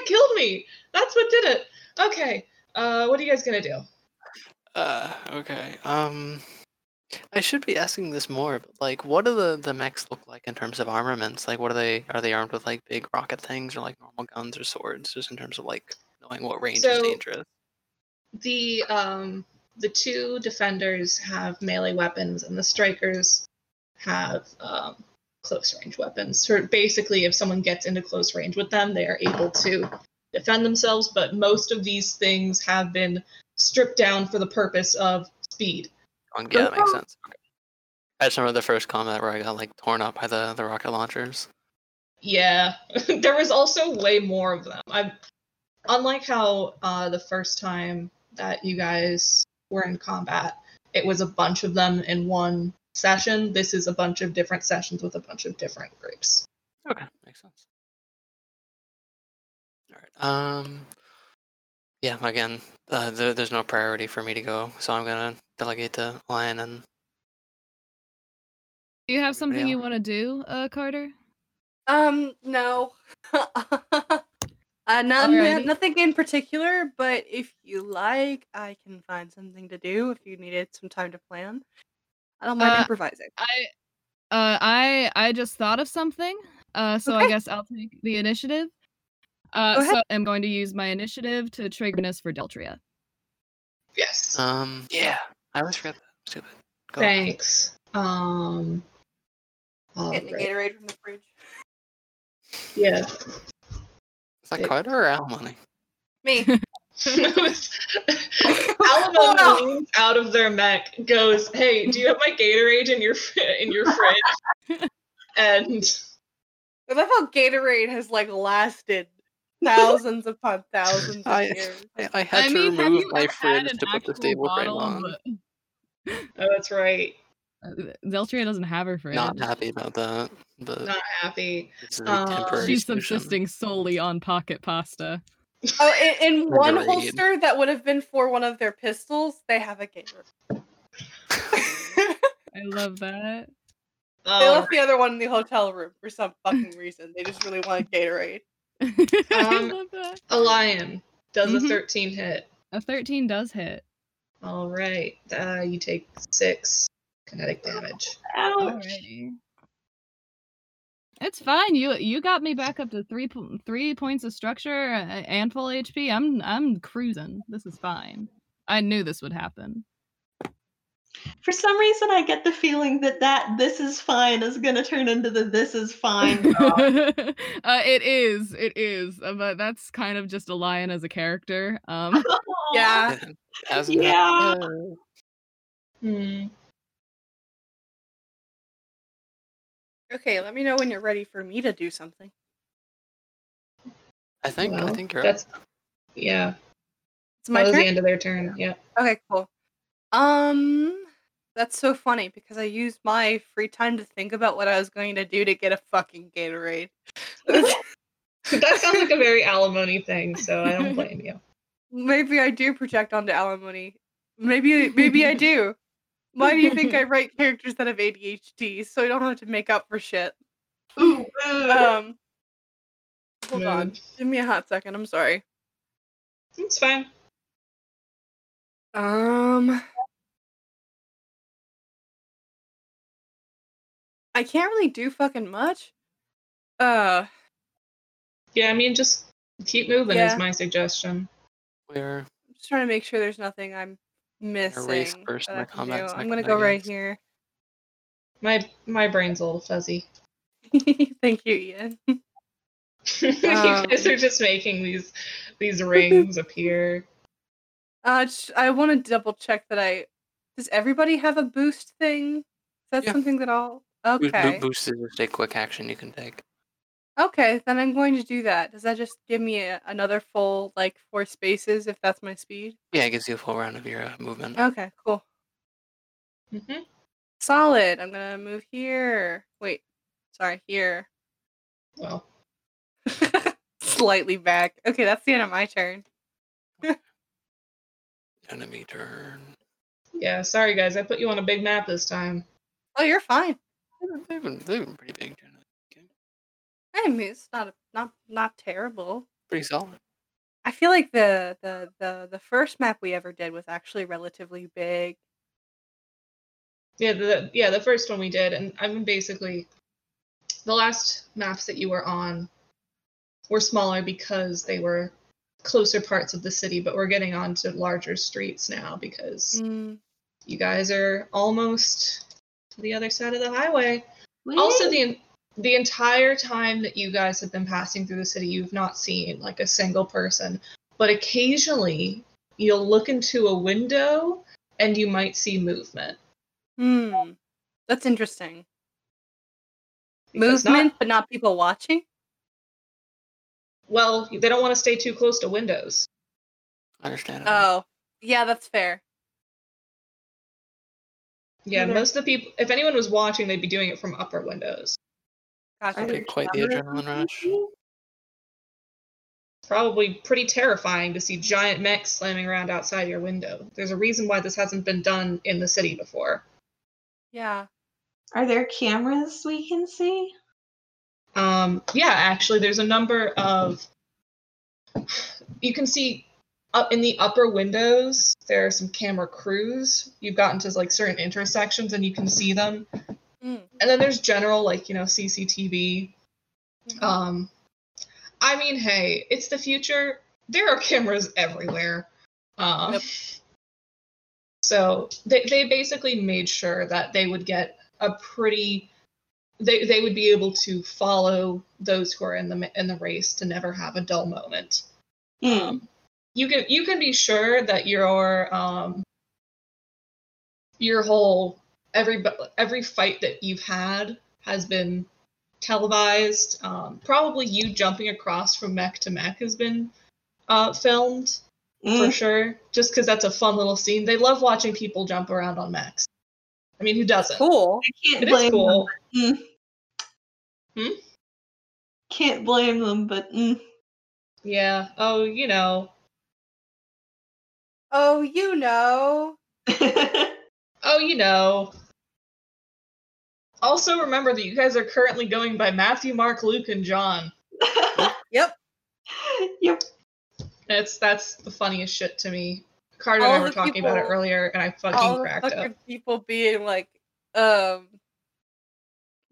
S1: killed me. That's what did it. Okay. Uh, what are you guys gonna do?
S3: Uh, okay. Um, I should be asking this more, but like, what do the the mechs look like in terms of armaments? Like, what are they? Are they armed with like big rocket things or like normal guns or swords? Just in terms of like knowing what range is
S1: So-
S3: dangerous.
S1: The um, the two defenders have melee weapons, and the strikers have um, close range weapons. So basically, if someone gets into close range with them, they are able to defend themselves. But most of these things have been stripped down for the purpose of speed.
S3: Um, yeah, that makes
S4: Cool.
S3: sense. Okay. I just remember the first combat where I got like torn up by the the rocket launchers.
S1: Yeah, *laughs* there was also way more of them. I, unlike how uh, the first time that you guys were in combat, it was a bunch of them in one session. This is a bunch of different sessions with a bunch of different groups.
S3: Okay, makes sense. All right. Um. Yeah. Again, uh, there, there's no priority for me to go, so I'm gonna delegate to Lion and
S5: Do you have something
S3: Yeah.
S5: you want to do, uh, Carter?
S2: Um, no. *laughs* uh, not,
S5: Alrighty.
S2: nothing in particular, but if you like, I can find something to do if you needed some time to plan. I don't mind
S5: Uh,
S2: improvising.
S5: I, uh, I, I just thought of something. Uh, so I
S2: Okay.
S5: guess I'll take the initiative. Uh,
S2: Go ahead.
S5: so I'm going to use my initiative to trigger this for Deltria.
S1: Yes.
S3: Um. Yeah. I always forget that. Stupid. Go.
S1: Thanks. Um. all
S2: Getting a
S1: right.
S2: Gatorade from the fridge.
S5: *laughs*
S1: Yeah. *laughs*
S3: Is that Carter or Al money?
S2: Me. *laughs*
S1: Alamo
S2: Oh, no.
S1: leans out of their mech, goes, "Hey, do you have my Gatorade in your in your fridge?" and
S2: I love how Gatorade has like lasted thousands
S5: *laughs*
S2: upon thousands of
S3: I-
S2: years.
S3: I, I had
S5: I
S3: to
S5: mean, have
S3: remove
S5: you
S3: my
S5: ever had
S3: fridge
S5: an
S3: to put the
S5: actual
S3: stable frame
S5: bottle of,
S3: on.
S5: uh,
S1: Oh, that's right.
S5: Uh, Zeltria doesn't have her fridge.
S3: Not happy about that. But
S1: Not happy.
S3: it's a
S1: uh,
S3: temporary
S5: She's
S3: solution. *laughs*
S5: subsisting solely on pocket pasta.
S2: Oh, i- in, in one
S3: Gatorade.
S2: holster that would have been for one of their pistols, they have a
S5: *laughs*
S2: Gatorade.
S5: I love that.
S2: They
S1: Um,
S2: left the other one in the hotel room for some fucking reason. They just really wanted Gatorade.
S5: *laughs* I
S1: Um,
S5: love that.
S1: a lion does a
S2: Mm-hmm.
S5: Mhm.
S1: 13 hit.
S5: A 13 does hit.
S1: All right. Uh, you take six kinetic damage.
S5: Alrighty. It's fine. You you got me back up to three po- three points of structure a- and full HP. I'm I'm cruising. This is fine. I knew this would happen.
S4: For some reason, I get the feeling that that this is fine is going to turn into the this is
S5: *laughs*
S4: fine.
S1: *laughs*
S5: uh, it is. It is. Uh, but that's kind of just a lion as a character. Um,
S2: Yeah.
S3: Yeah, hasn't
S4: Yeah.
S3: happened yet.
S1: Hmm.
S2: Okay, let me know when you're ready for me to do something.
S3: I think I
S1: well,
S3: think you're
S1: that's yeah.
S2: It's my
S1: that was the
S2: turn.
S1: end of their turn. Oh, Yeah.
S2: Okay, cool. Um, that's so funny because I used my free time to think about what I was going to do to get a fucking Gatorade.
S1: That sounds like a
S2: *laughs*
S1: very alimony thing, so I don't blame you.
S2: maybe I do project onto alimony. Maybe maybe I do. Why do you think I write characters that have ADHD so I don't have to make up for shit?
S4: Ooh,
S2: Um, *laughs* hold
S1: Mood.
S2: on. Give me a hot second. I'm sorry.
S1: It's fine.
S2: Um, I can't really do fucking much. Uh,
S1: Yeah, I mean, just keep moving
S2: Yeah.
S1: is my suggestion.
S3: we're
S2: I'm just trying to make sure there's nothing I'm
S3: race
S2: missing.
S3: first
S2: that
S3: and
S2: I
S3: a
S2: can
S3: combat
S2: do. I'm
S3: second,
S2: gonna
S3: I
S2: go right
S3: guess.
S2: here.
S1: My my brain's a little fuzzy. *laughs*
S2: *laughs* Thank you, Ian. Um.
S1: you guys are just making these these
S2: *laughs*
S1: rings appear.
S2: Uh, sh- I want to double check that I. Does everybody have a boost thing? Is that
S3: Yeah.
S2: something that I'll?
S3: Bo- bo-
S2: Okay.
S3: Boost is just a quick action you can take.
S2: Okay, then I'm going to do that. Does that just give me a, another full like four spaces if that's my speed?
S3: Yeah, it gives you a full round of your uh, movement.
S1: Oh.
S2: Okay, cool.
S1: hmm
S2: Solid. I'm gonna move here. Wait, sorry, here. *laughs*
S1: Well,
S2: Slightly back. Okay, that's the end of my turn.
S3: Enemy turn.
S1: yeah. Sorry guys, I put you on a big map this time.
S2: Oh, you're fine.
S3: They've been, they've been pretty big. during the-
S2: I mean, it's not a, not not terrible.
S3: Pretty solid.
S2: I feel like the, the the the first map we ever did was actually relatively big.
S1: Yeah, the yeah the first one we did, and I mean basically, the last maps that you were on were smaller because they were closer parts of the city, but we're getting onto larger streets now because
S2: Mm.
S1: you guys are almost to the other side of the highway. Also, the the entire time that you guys have been passing through the city, you've not seen like a single person. But occasionally, you'll look into a window and you might see movement.
S2: Hmm. That's interesting.
S1: Because not-
S2: Movement, but not people watching.
S1: well, they don't want to stay too close to windows.
S3: Understandable.
S2: Oh, yeah, that's fair.
S1: Yeah,
S2: Yeah.
S1: most of the people. If anyone was watching, they'd be doing it from upper windows.
S2: Gotcha.
S3: That'd be quite the adrenaline rush.
S1: Probably pretty terrifying to see giant mechs slamming around outside your window. There's a reason why this hasn't been done in the city before.
S2: Yeah.
S4: Are there cameras we can see?
S1: Um, yeah, actually, there's a number of. You can see up in the upper windows. There are some camera crews. You've gotten to like certain intersections, and you can see them.
S2: Mm.
S1: And then there's general, like you know, CCTV.
S2: Mm-hmm.
S1: Um, I mean, hey, it's the future. There are cameras everywhere. Um,
S2: Yep.
S1: So they they basically made sure that they would get a pretty they they would be able to follow those who are in the ma- in the race to never have a dull moment.
S4: Hmm. Mm.
S1: Um, you can you can be sure that your um your whole every bu- every fight that you've had has been televised. Um, probably you jumping across from mech to mech has been uh, filmed
S4: Mm. Hmm.
S1: for sure, just because that's a fun little scene. They love watching people jump around on mechs. I mean, who doesn't?
S2: Cool.
S4: I can't
S1: It is
S4: blame
S1: cool.
S4: them. Mm.
S1: Hmm?
S4: Can't blame them, but mm. *laughs*
S1: Yeah. Oh, you know.
S2: Oh, you know.
S1: Oh, you know. Also, remember that you guys are currently going by Matthew, Mark, Luke, and John.
S2: Yep.
S4: yep.
S1: That's that's the funniest shit to me. Carter
S2: All
S1: and I were
S2: the
S1: talking about it
S2: people-
S1: earlier, and I fucking
S2: All the
S1: cracked
S2: fucking
S1: up.
S2: people being like, um,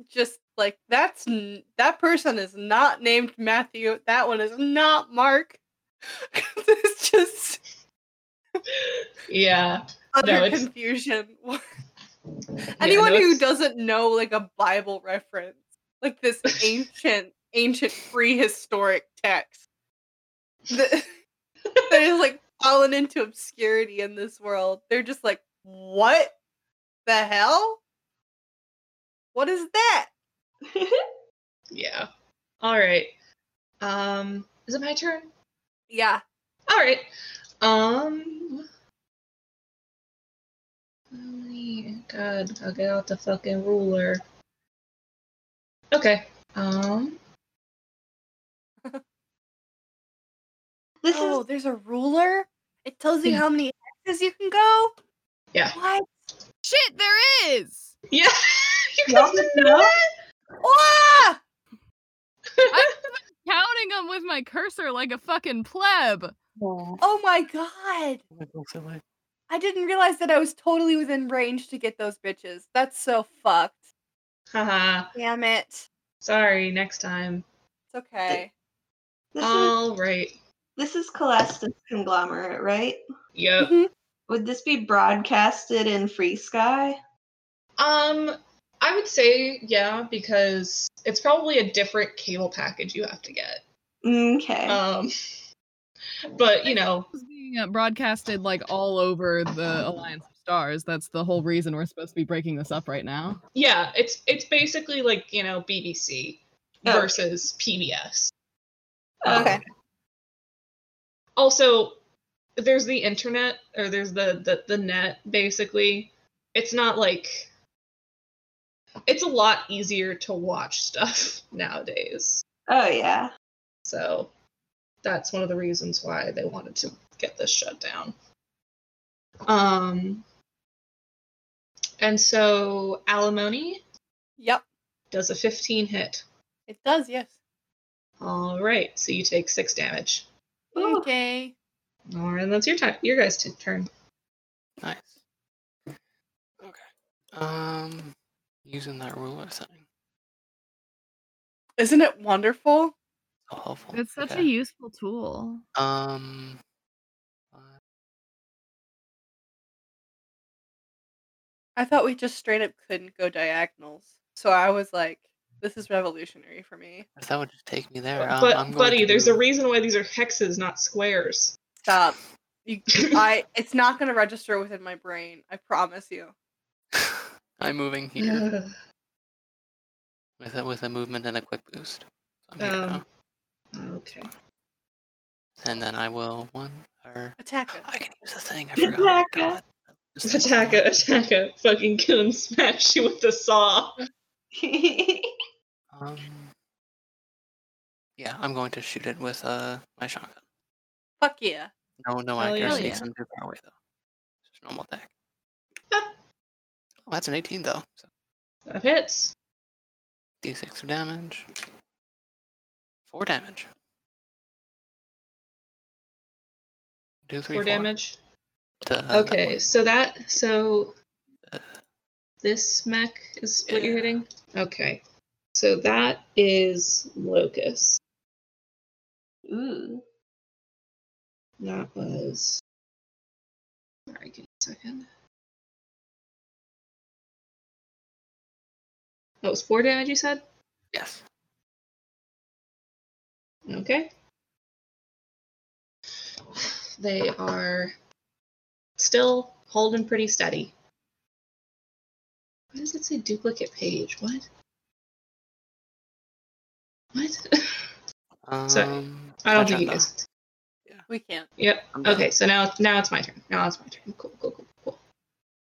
S2: just like that's n- that person is not named Matthew. That one is not Mark. *laughs* it's just
S1: Yeah.
S2: utter
S1: it's-
S2: confusion. *laughs*
S1: Yeah,
S2: Anyone
S1: no,
S2: who
S1: it's-
S2: doesn't know like a Bible reference, like this ancient, ancient prehistoric text, that *laughs* that is like fallen into obscurity in this world, they're just like, what the hell? What is that?
S1: Yeah. All right. Um, is it my turn?
S2: Yeah.
S1: All right. Um. oh, yeah, God, I'll get out the fucking ruler. Okay. Um.
S4: This
S2: Oh,
S4: is
S2: there's a ruler. It tells you
S1: Yeah.
S2: how many X's you can go.
S1: Yeah.
S2: What?
S5: Shit, there is.
S1: Yeah. *laughs* you
S4: Y'all
S1: guys didn't
S4: didn't
S1: know
S4: know?
S1: that?
S2: Ah!
S5: Counting them with my cursor like a fucking pleb.
S2: Oh my god. I didn't realize that I was totally within range to get those bitches. That's so fucked.
S1: Haha.
S2: Damn it. It's
S1: Sorry. Next *laughs* time.
S2: okay.
S4: this is
S1: All right.
S4: this is Calastus conglomerate, right?
S1: Yep.
S2: Mhm.
S4: Would this be broadcasted in Free Sky?
S1: Um, I would say yeah, because it's probably a different cable package you have to get.
S4: Okay.
S1: Um, *laughs* but you know,
S5: It's being uh, broadcasted like all over the Alliance of Stars. That's the whole reason we're supposed to be breaking this up right now.
S1: yeah, it's it's basically like you know BBC
S4: Okay.
S1: versus PBS.
S4: Okay.
S1: Um, also there's the internet or there's the, the the net basically it's not like it's a lot easier to watch *laughs* stuff nowadays
S4: oh yeah. *laughs*
S1: so that's one of the reasons why they wanted to get this shut down um and so alimony
S2: Yep.
S1: does a 15 hit
S2: It does, yes.
S1: all right so you take six damage
S4: Ooh.
S2: Okay.
S1: all right and that's your time your guys t- turn
S3: Nice. Okay. Um, using that ruler thing.
S2: Isn't it wonderful?
S3: So helpful.
S5: It's such a
S3: Okay.
S5: useful tool.
S3: Um. five-
S2: I thought we just straight up couldn't go diagonals. So I was like, this is revolutionary for me.
S3: If that would just take me there. Um,
S1: but
S3: I'm going
S1: buddy,
S3: to
S1: there's
S3: *laughs*
S1: a
S3: do-
S1: reason why these are hexes, not squares.
S2: Stop. *laughs* You,
S1: *laughs*
S2: I it's not gonna register within my brain. I promise you.
S3: I'm moving
S1: *laughs*
S3: here
S1: um,
S3: with a, with a movement and a quick boost. I'm here
S1: Oh.
S3: now.
S1: okay.
S3: And then I will one or
S2: Attack it.
S3: I can use the thing. I
S4: Attack
S3: forgot. Oh
S4: it.
S3: God. Just like-
S1: Attack a attack a fucking coon smash you with the saw.
S3: Um, yeah, I'm going to shoot it with uh my shotgun.
S2: *laughs* Fuck yeah.
S3: No, no
S1: Hell yeah.
S3: accuracy.
S5: Hell
S3: It's
S5: yeah.
S3: I'm too far away though. It's just normal attack. Oh, that's an 18 though. So
S1: That hits.
S3: d6 of damage. Four damage. Two, three,
S1: Four damage.
S3: to- uh,
S1: Okay, so that so this mech is what you're
S3: Yeah.
S1: hitting? Okay. So that is locust.
S4: Ooh.
S1: That was Sorry, give me a second. That was four damage you said?
S3: Yes.
S1: Okay. They are still holding pretty steady. Why does it say duplicate page? What? What? *laughs*
S3: Um,
S1: So, I don't
S3: my
S1: think you
S3: turn,
S1: guys.
S2: We can't.
S1: Yep.
S3: though. I'm done.
S1: Okay, so now now it's my turn. Now it's my turn. Cool, cool, cool, cool.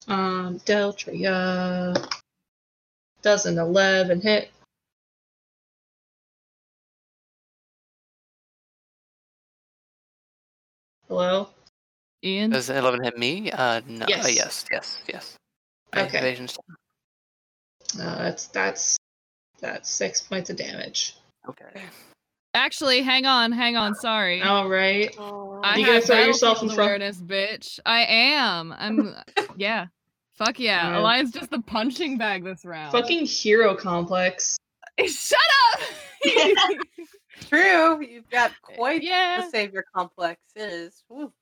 S1: Um, Deltria does an 11 hit. Hello?
S5: Ian,
S3: Does 11 hit me? Uh, no. uh,
S1: Yes.
S3: yes, yes, yes. My
S1: Okay.
S3: evasion's down.
S1: Uh, that's that's that's six points of damage.
S3: Okay.
S5: actually, hang on, hang on. Sorry.
S1: All right.
S5: I
S1: You
S5: have
S1: gonna throw yourself
S5: battlefield
S1: in front-
S5: awareness, bitch. I am. I'm. uh,
S1: *laughs*
S5: yeah. Fuck yeah.
S1: Alright.
S5: Alliance just the punching bag this round.
S1: Fucking hero complex.
S5: Shut
S1: *laughs*
S5: up.
S2: True. You've got quite
S5: yeah.
S2: the savior complex. It is. Woo.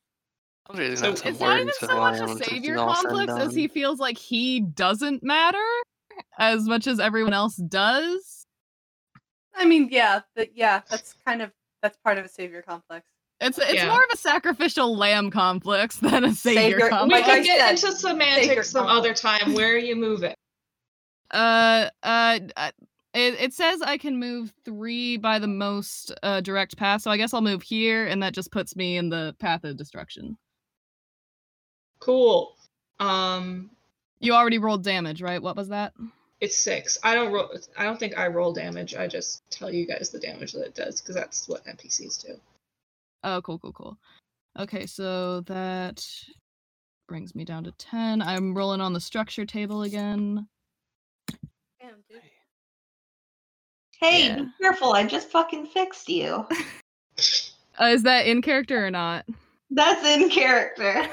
S3: I'm just
S1: So
S3: gonna have some
S5: It's not even
S3: words with
S5: so much
S3: Lion
S5: a
S3: once this is
S5: savior
S3: all said and
S5: complex as
S3: done. *sighs*
S5: he feels like he doesn't matter as much as everyone else does.
S2: I mean, yeah, but yeah, that's kind of that's part of a savior complex.
S5: It's it's
S1: Yeah.
S5: more of a sacrificial lamb complex *laughs* than a savior,
S2: Savior-
S1: we
S5: complex.
S2: like I
S1: can get
S2: said,
S1: into semantics some
S2: complex.
S1: other time. Where are you moving?
S5: *laughs* uh, uh, uh, it, it says I can move three by the most uh, direct path, so I guess I'll move here, and that just puts me in the path of destruction.
S1: Cool. Um,
S5: You already rolled damage, right? What was that?
S1: it's six. I don't roll. I don't think I roll damage. I just tell you guys the damage that it does because that's what NPCs do.
S5: Oh, cool, cool, cool. Okay, so that brings me down to 10. I'm rolling on the structure table again.
S2: Damn, dude.
S4: Hey,
S5: Yeah.
S4: be careful! I just fucking fixed you.
S5: Uh, is that in character or not?
S4: That's in character.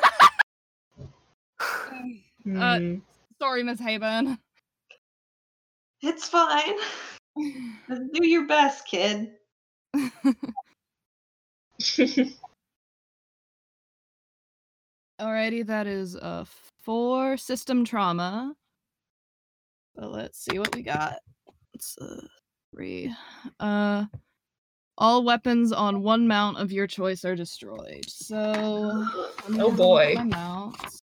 S5: Uh, Sorry, Miss *laughs* Haven.
S4: It's fine. Just do your best, kid.
S5: uh, Alrighty, that is a four system trauma. So let's see what we got. It's uh, three. Uh, all weapons on one mount of your choice are
S1: *gasps*
S5: destroyed. So, I'm gonna
S1: Oh
S5: look at
S1: boy.
S5: my mounts.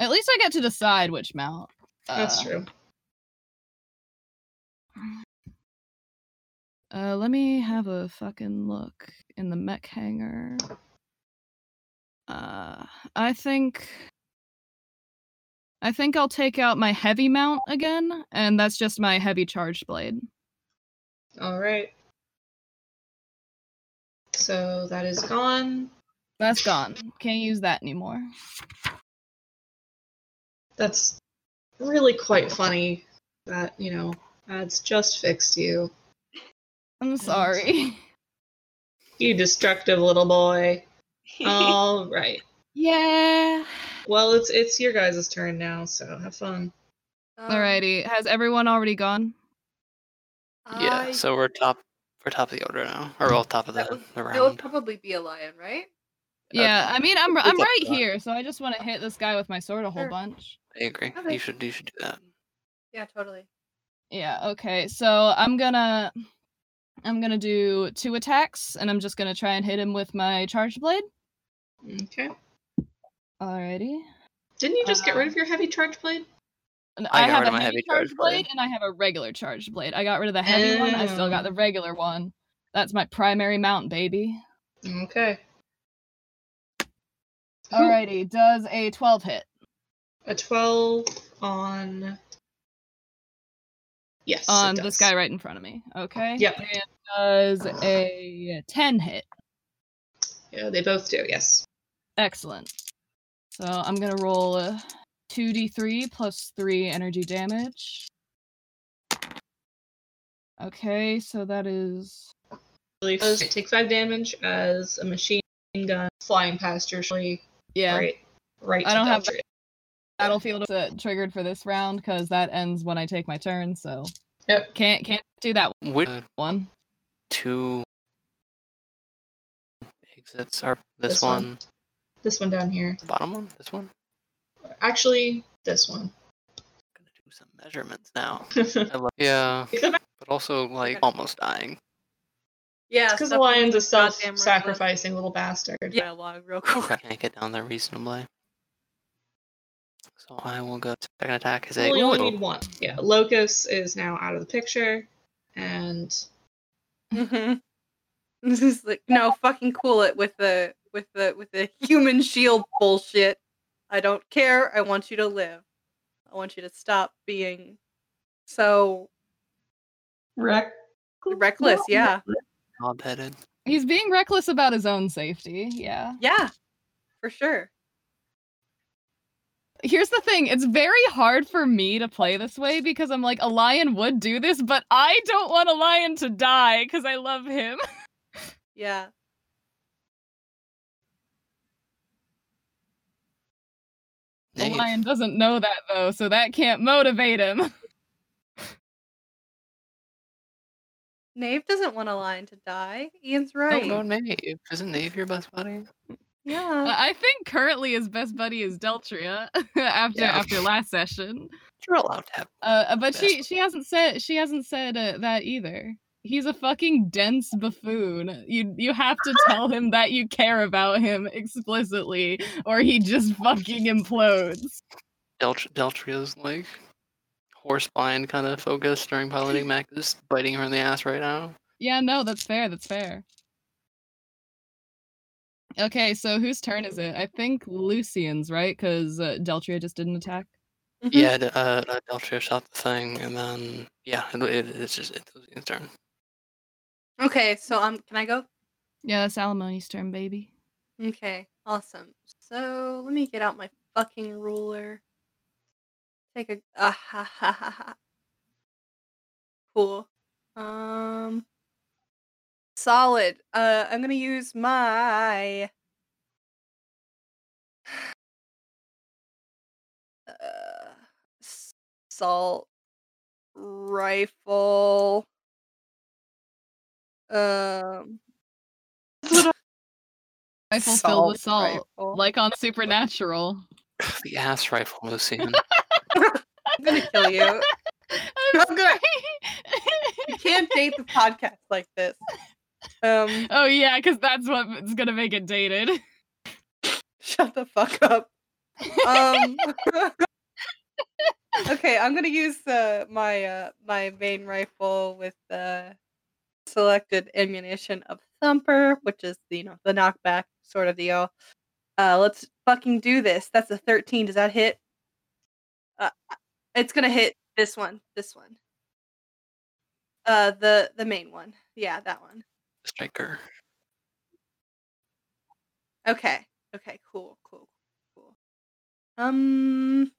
S5: At least I get to decide which mount.
S1: *laughs* That's
S5: Uh,
S1: true.
S5: Uh, let me have a fucking look in the mech hangar. Uh, I think. I think I'll take out my heavy mount again, and that's just my heavy charged blade.
S1: All right. So that is gone.
S5: That's gone. Can't use that anymore.
S1: That's really quite funny that, you know, that's just fixed you.
S3: *laughs*
S5: I'm sorry. *laughs*
S1: You destructive little boy.
S4: *laughs*
S1: All right.
S5: Yeah.
S1: Well, it's it's your guys' turn now, so have fun.
S2: Um,
S3: Um,
S5: Alrighty. Has everyone already gone?
S3: Yeah, so we're top we're top of the order now. Or well top of
S2: That
S3: the,
S2: would-
S3: the
S2: It would
S3: round.
S2: probably be a lion, right?
S5: Yeah. I mean, I'm
S3: It's
S5: I'm
S3: up to
S5: right
S3: us.
S5: here, so I just want to hit this guy with my sword a whole
S2: Sure.
S5: bunch.
S3: I agree.
S2: Okay.
S3: You should you should do that.
S2: Hmm. Yeah, totally.
S5: Yeah, okay. So I'm gonna I'm gonna do two attacks and I'm just gonna try and hit him with my charged blade.
S1: Okay.
S5: Alrighty.
S1: Didn't you just get rid of
S5: Uh.
S1: your heavy charge blade?
S5: And
S3: I
S5: I,
S3: got
S5: have
S3: rid
S5: a
S3: of my
S5: heavy,
S3: heavy
S5: charged
S3: charged
S5: blade,
S3: blade.
S5: and I have a regular charged blade. I got rid of the heavy one, I still got the regular one. That's my primary mount, baby.
S1: Okay. Who-
S5: Alrighty, does a twelve hit.
S1: A 12 on. Yes. it
S5: on this
S1: does.
S5: guy right in front of me. Okay.
S1: Yep.
S5: And does a ten hit.
S1: Yeah, they both do, yes.
S5: Excellent. So I'm gonna roll a 2d3 plus 3 energy damage. Okay, so that is.
S1: Really take five damage as a machine gun flying past your shortly
S5: Yeah,
S1: right right
S5: I
S1: to
S5: don't have
S1: Beltria.
S5: battlefield is uh, triggered for this round because that ends when I take my turn. So
S1: Yep.
S5: can't can't do that
S3: Which uh,
S5: one.
S3: two exits are this,
S1: This one.
S3: one,
S1: this one down here.
S3: the bottom one? This one?
S1: Actually, this one. *laughs*
S3: gonna do some measurements now.
S1: Because
S3: I love- yeah. But also like
S2: gotta-
S3: almost dying.
S2: Yeah,
S1: the
S2: stuff
S1: lion's a
S2: with goddamn right one.
S1: self-sacrificing little bastard.
S2: Yeah, log real quick. *laughs*
S3: I can't get down there reasonably. So I will go to second attack is a
S1: Well, you only
S3: ooh,
S1: need one. Yeah, Locus is now out of the picture, and
S2: Mhm. This is like no fucking cool it with the with the with the human shield bullshit. I don't care. I want you to live. I want you to stop being so
S4: Wreck.
S2: reckless. Yeah,
S3: hog-headed.
S5: He's being reckless about his own safety. Yeah.
S2: yeah, for sure.
S5: Here's the thing it's very hard for me to play this way because I'm like, a lion would do this, but I don't want a lion to die because I love him.
S2: Yeah.
S5: The
S3: Dang it.
S5: lion doesn't know that though, so that can't motivate
S3: *laughs*
S5: him.
S2: Nave doesn't want a lion to die. Ian's
S3: No,
S2: right.
S3: no, Nave. Isn't Nave your best buddy?
S2: Yeah.
S5: I think currently his best buddy is Deltria *laughs* after
S3: Yeah.
S5: after last session.
S3: You're allowed to have
S5: Uh, uh, but she
S3: Best
S5: she hasn't said she hasn't said uh, that either. He's a fucking dense buffoon. You you have
S3: *laughs*
S5: to tell him that you care about him explicitly, or he just fucking implodes.
S3: Deltr- Deltria's like horse blind kind of focus during
S1: *laughs*
S3: piloting Mac is biting her in the ass right now.
S5: Yeah, no, that's fair. That's fair. Okay, so whose turn is it? I think Lucian's, right? Because uh, Deltria just didn't attack.
S2: Mhm.
S1: Mm-hmm.
S3: Yeah, d- uh, uh, Deltria shot the thing, and then yeah, it, it, it's just it's Lucian's turn.
S2: Okay, so um, can I go?
S5: Yeah, that's Alimony's turn, baby.
S2: Okay, awesome. So let me get out my fucking ruler. Take a ah, ha, ha, ha, ha. cool. Um, solid. Uh, I'm gonna use my. *sighs* Uh, s- salt rifle. Um,
S5: Rifle filled with
S2: assault
S5: salt,
S2: rifle.
S5: like on Supernatural.
S1: *laughs*
S3: The ass rifle, Lucian.
S2: I'm gonna kill you.
S5: *laughs* I'm
S2: I'm gonna-
S5: sorry.
S2: You can't date the podcast like this. Um,
S5: *laughs*
S2: *laughs*
S5: oh yeah, because that's what's gonna make it dated.
S2: shut the fuck up. Um, *laughs* okay, I'm gonna use uh, my uh, my main rifle with the selected ammunition of Thumper, which is the you know the knockback sort of deal. Uh, let's fucking do this. That's a 13. Does that hit? Uh, it's gonna hit this one. This one. Uh, the the main one. Yeah, that one.
S3: Striker.
S2: Okay. Okay. Cool. Cool. Cool. Um.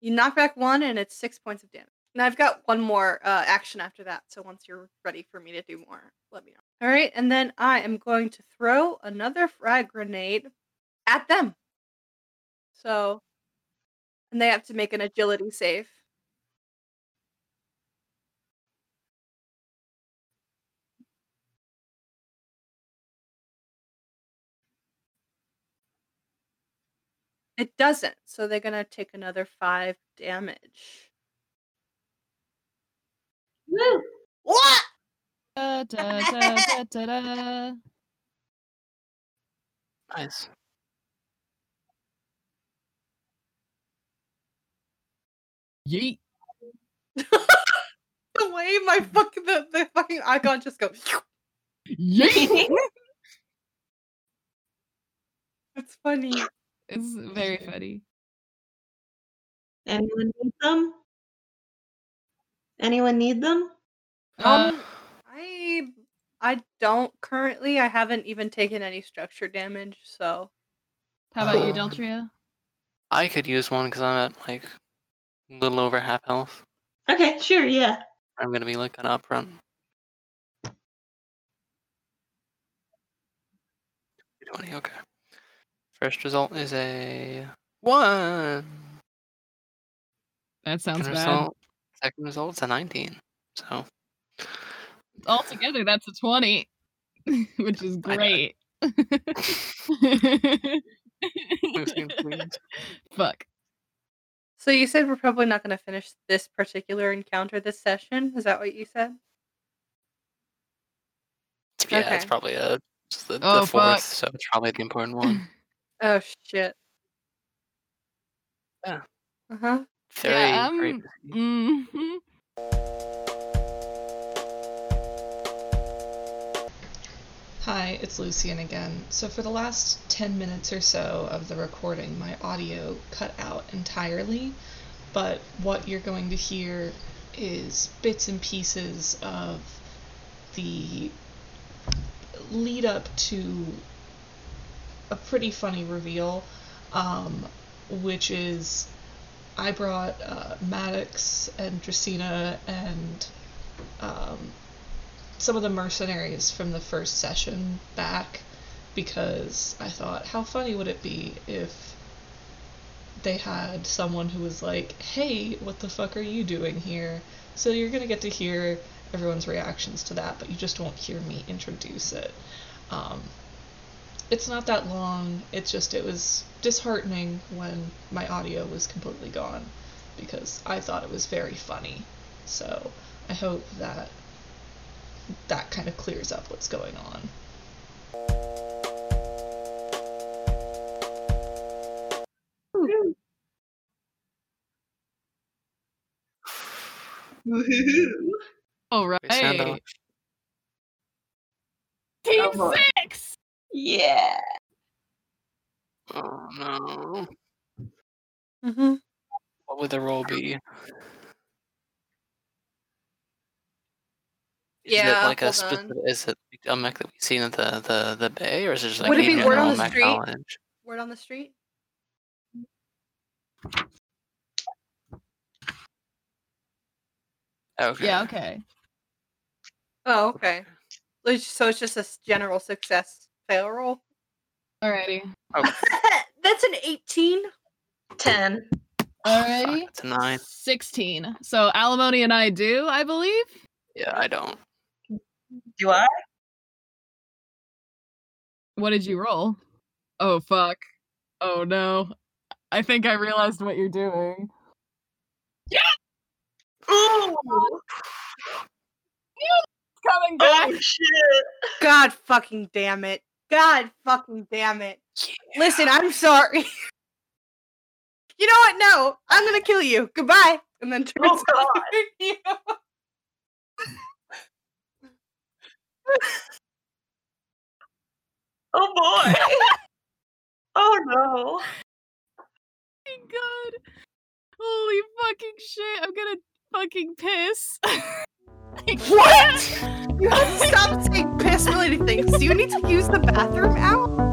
S2: You knock back one, and it's six points of damage. And I've got one more uh, action after that. So once you're ready for me to do more, let me know. All right, and then I am going to throw another frag grenade at them. So, and they have to make an agility save. It doesn't. So they're going to take another five damage.
S4: Woo!
S2: What?
S5: *laughs* Da, da, da, da, da, da.
S3: Nice.
S5: *laughs* Yeet.
S2: the way my fucking the, the fucking icon just goes.
S5: Yeet.
S2: It's funny.
S5: It's very funny.
S4: Anyone need them? Anyone need them?
S5: Uh,
S2: um, I I don't currently. I haven't even taken any structure damage, so
S5: how
S2: uh,
S5: about you,
S3: um,
S5: Deltria?
S3: I could use one because I'm at like a little over half health.
S4: Okay, sure, yeah.
S3: I'm gonna be looking up front. Twenty. Okay. First result is a one.
S5: That sounds
S3: Second
S5: bad.
S3: result. Second result's a nineteen. So
S5: *laughs* Altogether, that's a twenty, *laughs* which is
S3: I got it.
S5: great.
S3: Lucy,
S2: *laughs*
S5: *laughs*
S3: please.
S5: Fuck.
S2: so you said we're probably not going to finish this particular encounter this session. Is that what you said?
S3: yeah, it's
S2: Okay.
S3: probably a it's the, the
S5: Oh,
S3: fourth,
S5: fuck.
S3: so it's probably the important one.
S2: Oh shit.
S3: Yeah.
S2: Uh huh.
S3: Very
S5: *laughs* Yeah,
S3: very
S5: um,
S3: busy.
S5: hmm
S1: Hi, it's Lucian again. So, for the last 10 minutes or so of the recording, my audio cut out entirely, but what you're going to hear is bits and pieces of the lead up to a pretty funny reveal, um, which is I brought uh, Maddox and Dracena and um, some of the mercenaries from the first session back because I thought, how funny would it be if they had someone who was like, hey, what the fuck are you doing here? So you're going to get to hear everyone's reactions to that, but you just won't hear me introduce it. Um, it's not that long, it's just, it was disheartening when my audio was completely gone because I thought it was very funny. So I hope that that kind of clears up what's going on.
S4: Woohoo!
S5: All right.
S3: sound off.
S5: Team
S4: Oh, boy.
S5: six.
S4: Yeah.
S3: Oh no.
S2: Mm-hmm.
S3: What would the roll be? Is
S2: Yeah,
S3: it like a
S2: hold
S3: specific,
S2: on.
S3: is it a mech that we've seen at the, the, the bay, or is it just like
S2: Would it
S3: in
S2: be word on
S3: general
S2: the
S3: mech
S2: street?
S3: knowledge?
S2: Word on the street.
S3: Okay.
S5: Yeah. Okay.
S2: Oh, okay. Like, So it's just a s- general success fail roll.
S5: Alrighty.
S2: *laughs* That's an 18.
S4: Ten.
S5: Alrighty.
S3: It's a nine.
S5: Sixteen. So alimony and I do, I believe.
S3: Yeah, I don't.
S4: Do I?
S5: What did you roll? Oh fuck. Oh no. I think I realized what you're doing.
S4: Ooh,
S5: Coming
S4: oh shit!
S2: God fucking damn it. God fucking damn it. Listen, I'm sorry. *laughs* you know what? No, I'm gonna kill you. Goodbye. And then turns
S4: Oh, God.
S2: over *laughs* you.
S4: Oh boy! oh no!
S5: *laughs* fucking god. Holy fucking shit. I'm gonna fucking piss. *laughs*
S2: What? You have to stop saying piss related things. Do you need to use the bathroom out?